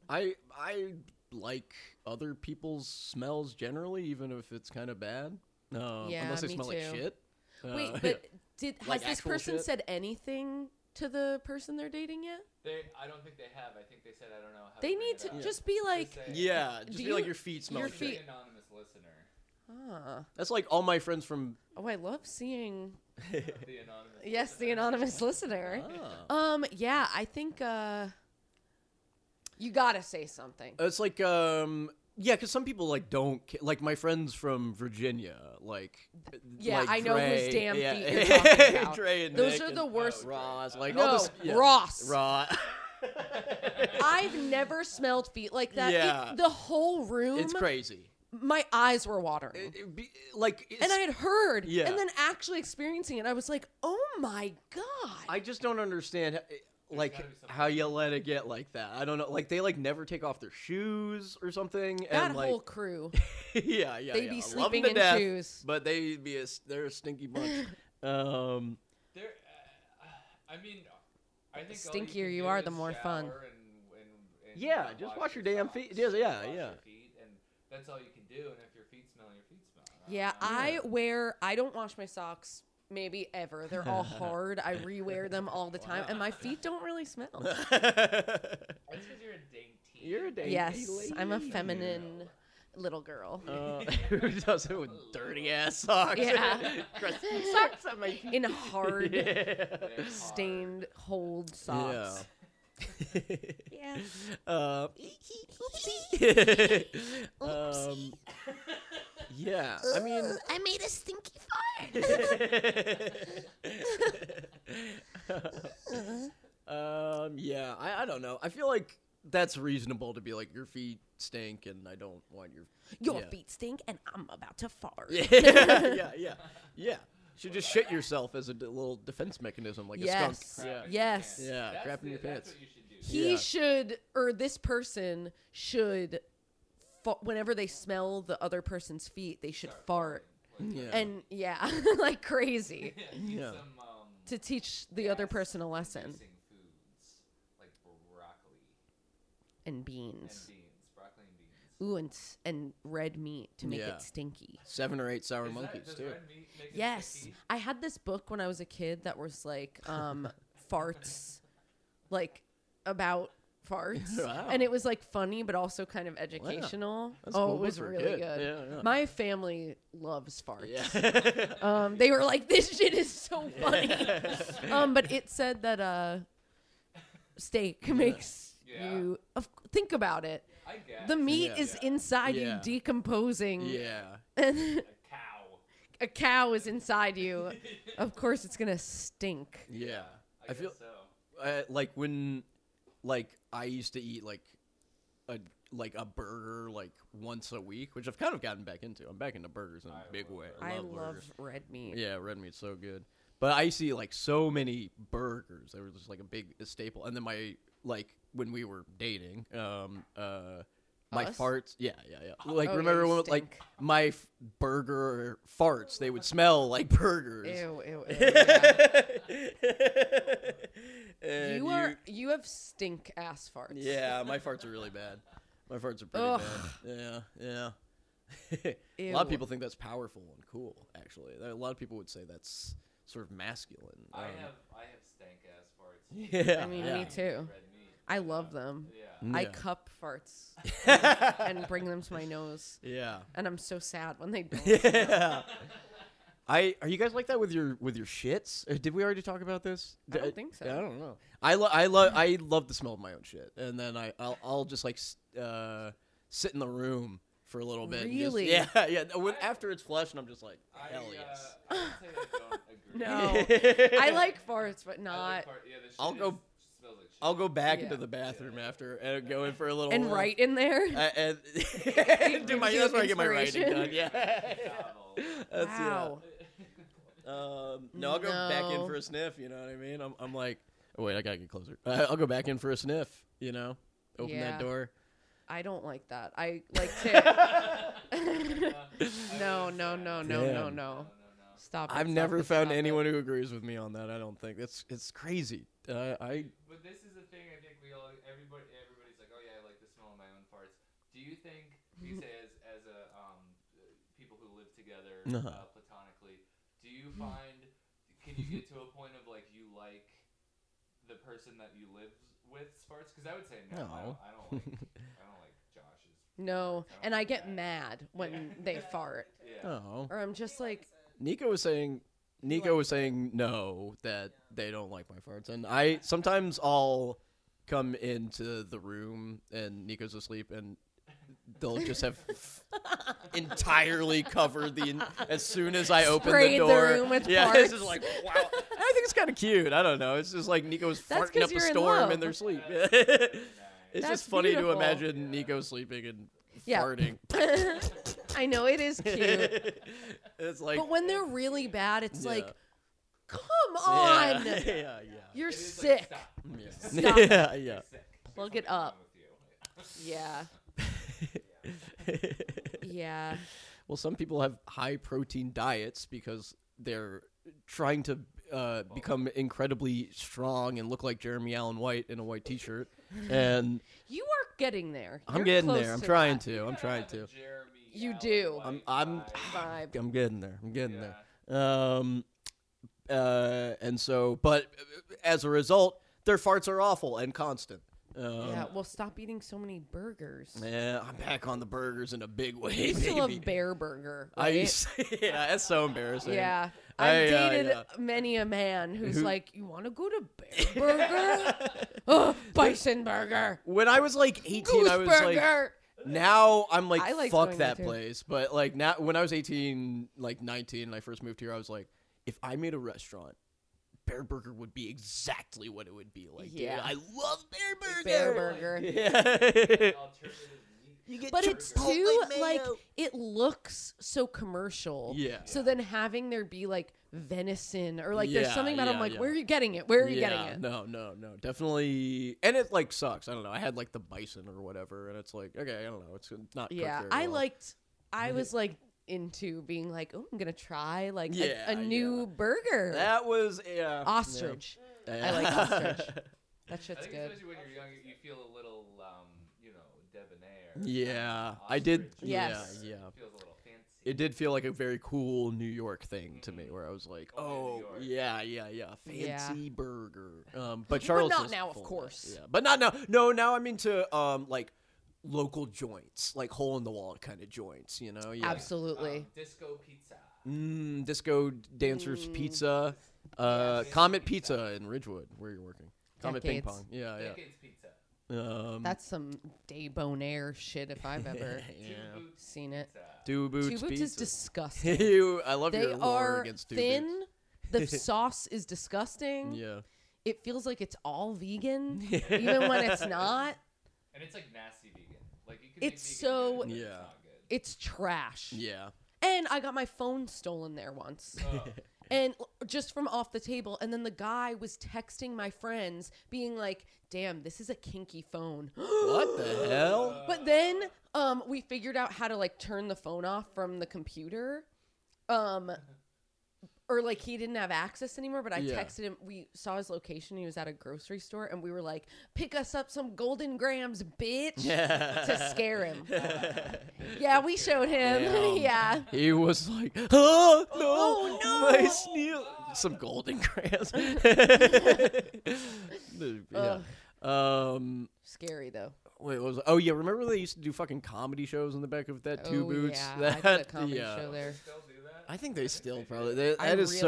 S3: I I like other people's smells generally even if it's kind of bad. Um,
S1: Yeah,
S3: unless they
S1: me
S3: smell like
S1: too.
S3: shit.
S1: Wait,
S3: Uh,
S1: but did
S3: Like
S1: has this
S3: actual
S1: person
S3: shit?
S1: said anything to the person they're dating yet?
S2: They, I don't think they have. I think they said I don't know how.
S1: They
S2: bring
S1: need
S2: it
S1: to
S2: up."
S1: just be like,
S2: say-
S3: yeah, just
S1: Do
S3: feel like
S1: you-
S3: your feet smell
S1: your
S3: like shit.
S1: feet-
S2: Say anonymous listener.
S1: Ah.
S3: That's like all my friends from.
S1: Oh, I love seeing.
S2: the anonymous.
S1: Yes, the anonymous listener.
S3: Ah.
S1: Um, yeah, I think uh, you gotta say something.
S3: It's like um yeah, because some people like don't ca- like my friends from Virginia like
S1: Yeah,
S3: like
S1: I know whose
S3: Dre-
S1: damn
S3: yeah.
S1: feet you're talking about.
S3: Dre and
S1: Those
S3: Nick
S1: are
S3: and
S1: the
S2: Oh,
S1: worst.
S3: Ross like oh.
S1: no,
S3: all this, yeah.
S1: Ross.
S3: Ross.
S1: I've never smelled feet like that. It-
S3: Yeah.
S1: the whole room.
S3: it's crazy.
S1: My eyes were watering.
S3: It- it be- like it's,
S1: and I had heard,
S3: Yeah.
S1: and then actually experiencing it, I was like, "Oh my god!"
S3: I just don't understand h- like
S2: gotta be something
S3: how you let it get like that. I don't know. Like they like never take off their shoes or something.
S1: that
S3: and like
S1: whole crew.
S3: yeah, yeah,
S1: They
S3: yeah.
S1: be
S3: Love 'em
S1: sleeping
S3: to
S1: in
S3: death,
S1: shoes.
S3: but they be a s- they're a stinky bunch. um,
S2: There, uh, I mean, I think all
S1: stinkier
S2: can
S1: you
S2: do
S1: are, the
S2: is
S1: more fun.
S2: shower And, and, and,
S3: Yeah,
S2: you know,
S3: just wash your damn
S2: socks,
S3: feet. Yes, yeah,
S2: wash
S3: yeah.
S2: Your feet, and that's all you can do. And if your feet smell, your feet smell. I don't
S1: Yeah,
S2: know.
S1: I wear. I don't wash my socks maybe ever. They're all hard. I rewear them all the time, and my feet don't really smell.
S3: uh,
S2: That's because you're a dainty.
S3: You're a dainty
S1: yes, I'm a
S3: lady.
S1: feminine little girl
S3: Uh, who does it with dirty ass socks?
S1: Yeah.
S3: Crusty socks on my feet.
S1: in hard,
S3: Yeah.
S2: They're hard.
S1: stained, hold socks. Yeah.
S3: um, um, yeah, I mean,
S1: I made a stinky fart. Uh.
S3: um, yeah, I, I don't know. I feel like that's reasonable to be like your feet stink, and I don't want your
S1: Your
S3: yeah.
S1: feet stink, and I'm about to fart.
S3: Yeah, yeah, yeah, yeah. Should just shit yourself as a d- little defense mechanism, like a
S1: Yes.
S3: skunk. Yeah.
S1: Yes.
S2: Crap in your pants.
S3: Yeah,
S2: That's
S3: crap in
S2: the-
S3: your
S2: that's
S3: pants.
S2: what you should do.
S1: he
S3: Yeah.
S1: should or this person should fa- whenever they smell the other person's feet they should fart
S3: Yeah.
S1: and yeah like crazy
S2: Yeah, eat
S3: Yeah.
S2: some, um,
S1: to teach the other person a lesson
S2: gas-producing foods, like broccoli
S1: and
S2: and
S1: beans
S2: beans. Broccoli and beans.
S1: ooh and s- and red meat to make
S3: Yeah.
S1: it stinky
S3: Seven or eight sour
S2: Does that-
S3: monkeys
S2: does
S3: too.
S2: red meat make it
S1: yes
S2: sticky?
S1: i had this book when i was a kid that was like um farts like about farts
S3: Wow.
S1: and it was like funny but also kind of educational
S3: That's
S1: oh
S3: cool
S1: it
S3: book
S1: was
S3: for a
S1: really
S3: kid.
S1: good,
S3: Yeah, yeah.
S1: my family loves farts
S3: Yeah.
S1: Um, they were like, "This shit is so funny." um, but it said that uh, steak makes
S2: Yeah.
S1: you of, think about it.
S2: I guess.
S1: The meat
S3: Yeah.
S1: is inside
S3: Yeah.
S1: you decomposing,
S3: yeah.
S1: and
S2: a cow.
S1: a cow is inside you. Of course, it's gonna stink.
S3: Yeah.
S2: I,
S3: I feel
S2: guess so.
S3: uh, like when like I used to eat like a like a burger like once a week, which I've kind of gotten back into. I'm back into burgers in a
S2: I
S3: big
S2: love
S3: way.
S1: I love,
S3: burgers.
S1: red meat.
S3: Yeah, red meat's so good. But I used to eat like so many burgers. They were just like a big staple. And then my like when we were dating, um, uh, my
S1: Us?
S3: farts. Yeah, yeah, yeah. Like
S1: Oh, yeah,
S3: remember
S1: you
S3: when like my f- burger farts? They would smell like burgers.
S1: Ew, ew, ew. yeah.
S3: And
S1: you are you have stink ass farts.
S3: Yeah, my farts are really bad. My farts are pretty
S1: Ugh.
S3: bad. Yeah, yeah. a lot of
S1: Ew.
S3: people think that's powerful and cool. Actually, a lot of people would say that's sort of masculine.
S2: I
S3: um,
S2: have I have stank ass farts.
S3: Yeah.
S1: I mean,
S3: yeah.
S1: me too.
S2: Red meat.
S1: I love them.
S2: Yeah.
S3: Mm.
S1: I
S3: Yeah.
S1: cup farts and bring them to my nose.
S3: Yeah.
S1: and I'm so sad when they don't.
S3: Yeah. I are you guys like that with your with your shits? Uh, Did we already talk about this?
S1: I
S3: D-
S1: don't think so.
S3: I don't know. I lo- I love I love the smell of my own shit, and then I I'll, I'll just like s- uh, sit in the room for a little bit. and just-
S1: Really?
S3: yeah, yeah. no, When, after it's flushed, and I'm just like,
S2: I,
S3: hell
S2: uh,
S3: yes.
S2: I would say I don't agree.
S1: No. I like farts, but
S2: I like
S1: not.
S2: fart- yeah, the shit
S3: I'll
S2: is,
S3: go-
S2: Smells like shit.
S3: I'll go back into
S1: Yeah.
S3: the bathroom after and go in for a little.
S1: And
S3: while.
S1: right in there.
S3: I, and do my,
S1: you
S3: that's where I get my writing
S1: inspiration?
S3: done. Yeah.
S2: Novel.
S3: That's, yeah.
S1: wow.
S3: Um, no, I'll go back in
S1: No.
S3: for a sniff. You know what I mean? I'm, I'm like, oh, wait, I gotta get closer. Uh, I'll go back in for a sniff. You know, open
S1: Yeah.
S3: that door.
S1: I don't like that. I like to. no, no, no, no, no,
S3: Damn.
S1: no.
S2: No, no, no.
S1: Stop. it,
S3: I've
S1: stop
S3: never
S1: it,
S3: found
S1: stop it.
S3: anyone who agrees with me on that. I don't think it's it's crazy. Uh, I
S2: But this is the thing I think we all everybody everybody's like, oh yeah, I like the smell of my own farts. Do you think you say as as a um uh, people who live together
S3: Uh-huh.
S2: uh, platonically, do you find can you get to a point of like you like the person that you live with farts? Because I would say no, I,
S3: No.
S2: don't, I don't like I don't like Josh's
S1: No, and I get mad when they fart,
S2: Yeah.
S3: Oh.
S1: or I'm just like,
S3: Nico was saying Nico was saying no that they don't like my farts, and I sometimes I'll come into the room and Nico's asleep, and they'll just have entirely covered the en- as soon as I open
S1: Sprayed
S3: the
S1: the
S3: door.
S1: room with
S3: yeah,
S1: farts.
S3: it's just like wow. I think it's kind of cute. I don't know. It's just like Nico's
S1: That's
S3: farting
S1: 'cause
S3: up a
S1: you're in
S3: storm
S1: love.
S3: in their sleep. it's
S1: That's
S3: just funny
S1: beautiful.
S3: to imagine Nico sleeping and
S1: Yeah.
S3: farting.
S1: I know it is cute,
S3: it's like
S1: but when they're really bad, it's like,
S3: Yeah.
S1: come
S3: yeah,
S1: on,
S3: yeah, yeah.
S1: you're
S2: It is
S1: sick.
S2: Like, stop.
S3: Yeah.
S1: Stop.
S3: yeah, yeah.
S2: You're sick. There's
S1: Plug it
S2: something wrong
S1: up.
S2: with you.
S1: yeah, yeah.
S3: well, some people have high protein diets because they're trying to uh, become incredibly strong and look like Jeremy Allen White in a white T-shirt. And
S1: You are getting there.
S3: I'm
S1: You're
S3: getting
S1: close
S3: there. I'm
S1: to
S3: trying
S1: that.
S3: to. I'm
S2: Gotta
S3: trying
S2: have a
S3: to.
S2: Jeremy
S1: You
S2: Allen
S1: do.
S2: White
S3: I'm- I'm-
S2: vibe.
S1: Vibe.
S3: I'm getting there. I'm getting
S2: Yeah.
S3: there. Um, uh, and so, but as a result, their farts are awful and constant. Um,
S1: yeah. Well, stop eating so many burgers.
S3: yeah, Eh, I'm back on the burgers in a big way.
S1: I used to
S3: baby.
S1: love Bear Burger.
S3: I
S1: right?
S3: used, yeah, that's so embarrassing.
S1: Yeah.
S3: I,
S1: I've
S3: uh,
S1: dated
S3: yeah.
S1: many a man who's
S3: Who-
S1: like, you want to go to Bear Burger? oh, Bison Burger.
S3: When I was like 18,
S1: Goose
S3: I was like,
S1: Burger.
S3: now I'm like,
S1: I liked going
S3: fuck
S1: there,
S3: that
S1: too.
S3: place. But like now, when I was 18, like 19, and I first moved here, I was like, if I made a restaurant, Bear Burger would be exactly what it would be like.
S1: Yeah.
S3: Dude, I love Bear Burger.
S1: Bear Burger.
S3: Yeah.
S2: Alternative meat.
S3: you get
S1: But it's too, like, it looks so commercial.
S3: Yeah.
S1: So then having there be, like, venison or, like, there's
S3: Yeah,
S1: something about it, I'm
S3: yeah,
S1: like,
S3: yeah.
S1: where are you getting it? Where are you
S3: yeah,
S1: getting it?
S3: No, no, no. Definitely. And it like sucks. I don't know. I had like the bison or whatever, and it's like, okay, I don't know. It's not cooked
S1: Yeah.
S3: very
S1: I
S3: well.
S1: liked, I was like, into being like, oh, I'm gonna try like a-
S3: Yeah,
S1: a,
S3: yeah.
S1: new burger,
S3: That was yeah.
S1: ostrich.
S3: Yeah.
S1: I like ostrich. That
S2: I
S1: shit's
S2: think
S1: good.
S2: especially when you're young, you- you feel a little, um, you know, debonair.
S3: yeah, I did.
S2: Ostrich.
S1: Yes.
S3: Yeah, yeah.
S2: Feels a little fancy.
S3: It did feel like a very cool New York thing to me, where I was like,
S2: Only
S3: "Oh,
S2: New York.
S3: yeah, yeah, yeah,
S1: Yeah.
S3: fancy burger." Um, but Charles
S1: not
S3: is
S1: now, of
S3: full that.
S1: course.
S3: Yeah, but not now. No, now I'm into um like local joints, like hole in the wall kind of joints. You know, yeah.
S1: Absolutely.
S2: Um, disco pizza.
S3: Mm, disco dancers pizza, uh,
S2: Yes.
S3: Comet Pizza in Ridgewood, where you're working. Comet
S1: Decades.
S3: Ping Pong. Oh, Yeah, yeah.
S2: Decades pizza.
S3: Um,
S1: That's some day bonaire shit if I've ever
S3: yeah.
S2: Two boots
S1: seen it.
S2: pizza.
S3: Two boots.
S1: Two boots is
S3: pizza.
S1: disgusting.
S3: Ew, I love
S1: they
S3: your lore
S1: are
S3: against two boots.
S1: thin. The sauce is disgusting.
S3: Yeah.
S1: It feels like it's all vegan, even when it's not.
S2: And it's like nasty vegan. Like you can
S1: It's
S2: make vegan
S1: so-
S2: good, but
S3: Yeah.
S1: It's
S2: It's
S1: trash.
S3: Yeah.
S1: And I got my phone stolen there once.
S2: not good.
S1: and l- just from off the table and then the guy was texting my friends being like damn this is a kinky phone
S3: What the hell?
S1: but then um, we figured out how to like turn the phone off from the computer um, or like he didn't have access anymore but i
S3: Yeah.
S1: texted him we saw his location he was at a grocery store and we were like pick us up some golden grams bitch to scare him yeah we showed him
S3: Damn.
S1: yeah
S3: He was like, oh, no,
S1: Oh, no.
S3: my sneal. Some golden crayons. yeah. Um,
S1: scary though
S3: wait, what was, oh, yeah, remember they used to do fucking comedy shows in the back of that Two
S1: Oh,
S3: Boots?
S1: yeah, I
S3: That,
S1: did a comedy
S3: yeah.
S1: show there
S2: Still do that?
S3: I think they still probably, they,
S1: I
S3: that is
S1: really-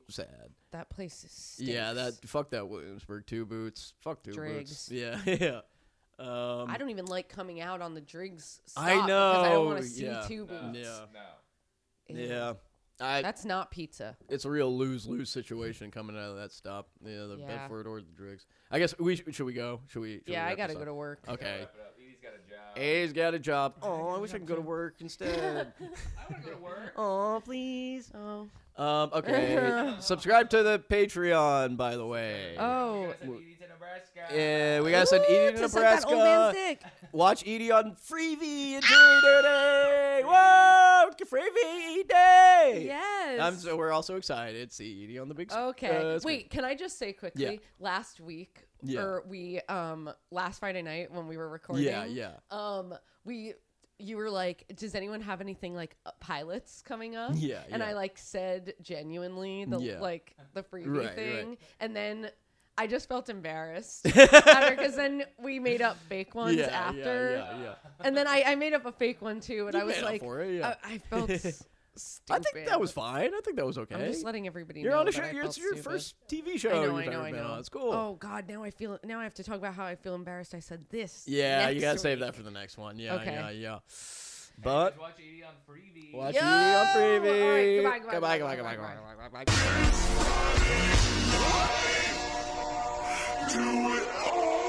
S3: so sad.
S1: that place is
S3: Yeah, that, fuck that Williamsburg Two Boots. Fuck Two
S1: Driggs.
S3: Boots. Yeah, yeah. Um,
S1: I don't even like coming out on the Driggs. Stop
S3: I
S1: because I don't want
S3: know,
S1: to see
S3: yeah.
S1: two
S2: No.
S1: boots.
S3: Yeah.
S2: No.
S1: Ew.
S3: yeah. I,
S1: that's not pizza.
S3: it's a real lose lose situation coming out of that stop. Yeah, the
S1: Yeah.
S3: Bedford or the Driggs. I guess we sh- should we go? Should we? Should
S1: yeah,
S3: we
S1: I
S3: wrap
S1: gotta
S3: this
S1: go to
S3: up?
S1: work.
S3: Okay, Eh.
S2: Wrap it up. Edie's got a job.
S3: A's got a job. Oh, I wish I could go to work instead.
S2: I want to go to work.
S3: oh, please.
S1: Oh,
S3: Um, okay. Subscribe to the Patreon, by the way.
S2: We
S1: oh,
S2: gotta send Edie to Nebraska.
S3: Yeah, we gotta send Edie to
S1: Ooh, suck that old man's dick.
S3: Nebraska. Watch Edie on Freebie and Dirty. Whoa, Freebie Day.
S1: Yes.
S3: I'm so we're also excited. to See Edie on the big. s-
S1: Okay.
S3: uh, screen.
S1: Wait, can I just say quickly? Last week,
S3: Yeah.
S1: or we um last Friday night when we were recording.
S3: Yeah, yeah.
S1: Um, we you were like, does anyone have anything like uh, pilots coming up?
S3: Yeah,
S1: And
S3: yeah.
S1: I like said genuinely the
S3: Yeah.
S1: like the freebie
S3: Right, right.
S1: thing, and then I just felt embarrassed because then we made up fake ones after,
S3: Yeah, yeah,
S1: and then I, I made up a fake one too, and
S3: You
S1: I was
S3: made up
S1: like,
S3: for it, yeah.
S1: I, I felt s-
S3: I
S1: stupid.
S3: think that was fine. I think that was okay.
S1: I'm just letting everybody
S3: you're
S1: know.
S3: on a
S1: that
S3: show.
S1: I
S3: You're,
S1: felt
S3: it's your
S1: stupid.
S3: first TV show
S1: I know,
S3: you've
S1: I know,
S3: ever
S1: I
S3: been
S1: know.
S3: on. It's cool.
S1: Oh God, now I feel. Now I have to talk about how I feel embarrassed. I said this.
S3: yeah, you
S1: next
S3: gotta save
S1: week.
S3: that for the next one. Yeah,
S1: Okay.
S3: yeah, yeah.
S2: But
S3: But
S2: watch Edie on freebie.
S3: watch
S1: Yo!
S3: me on freebie.
S1: All right, goodbye, goodbye,
S3: goodbye,
S1: goodbye,
S3: goodbye,
S1: goodbye,
S3: goodbye,
S1: goodbye.
S5: Do
S3: goodbye, goodbye, goodbye.
S5: it all.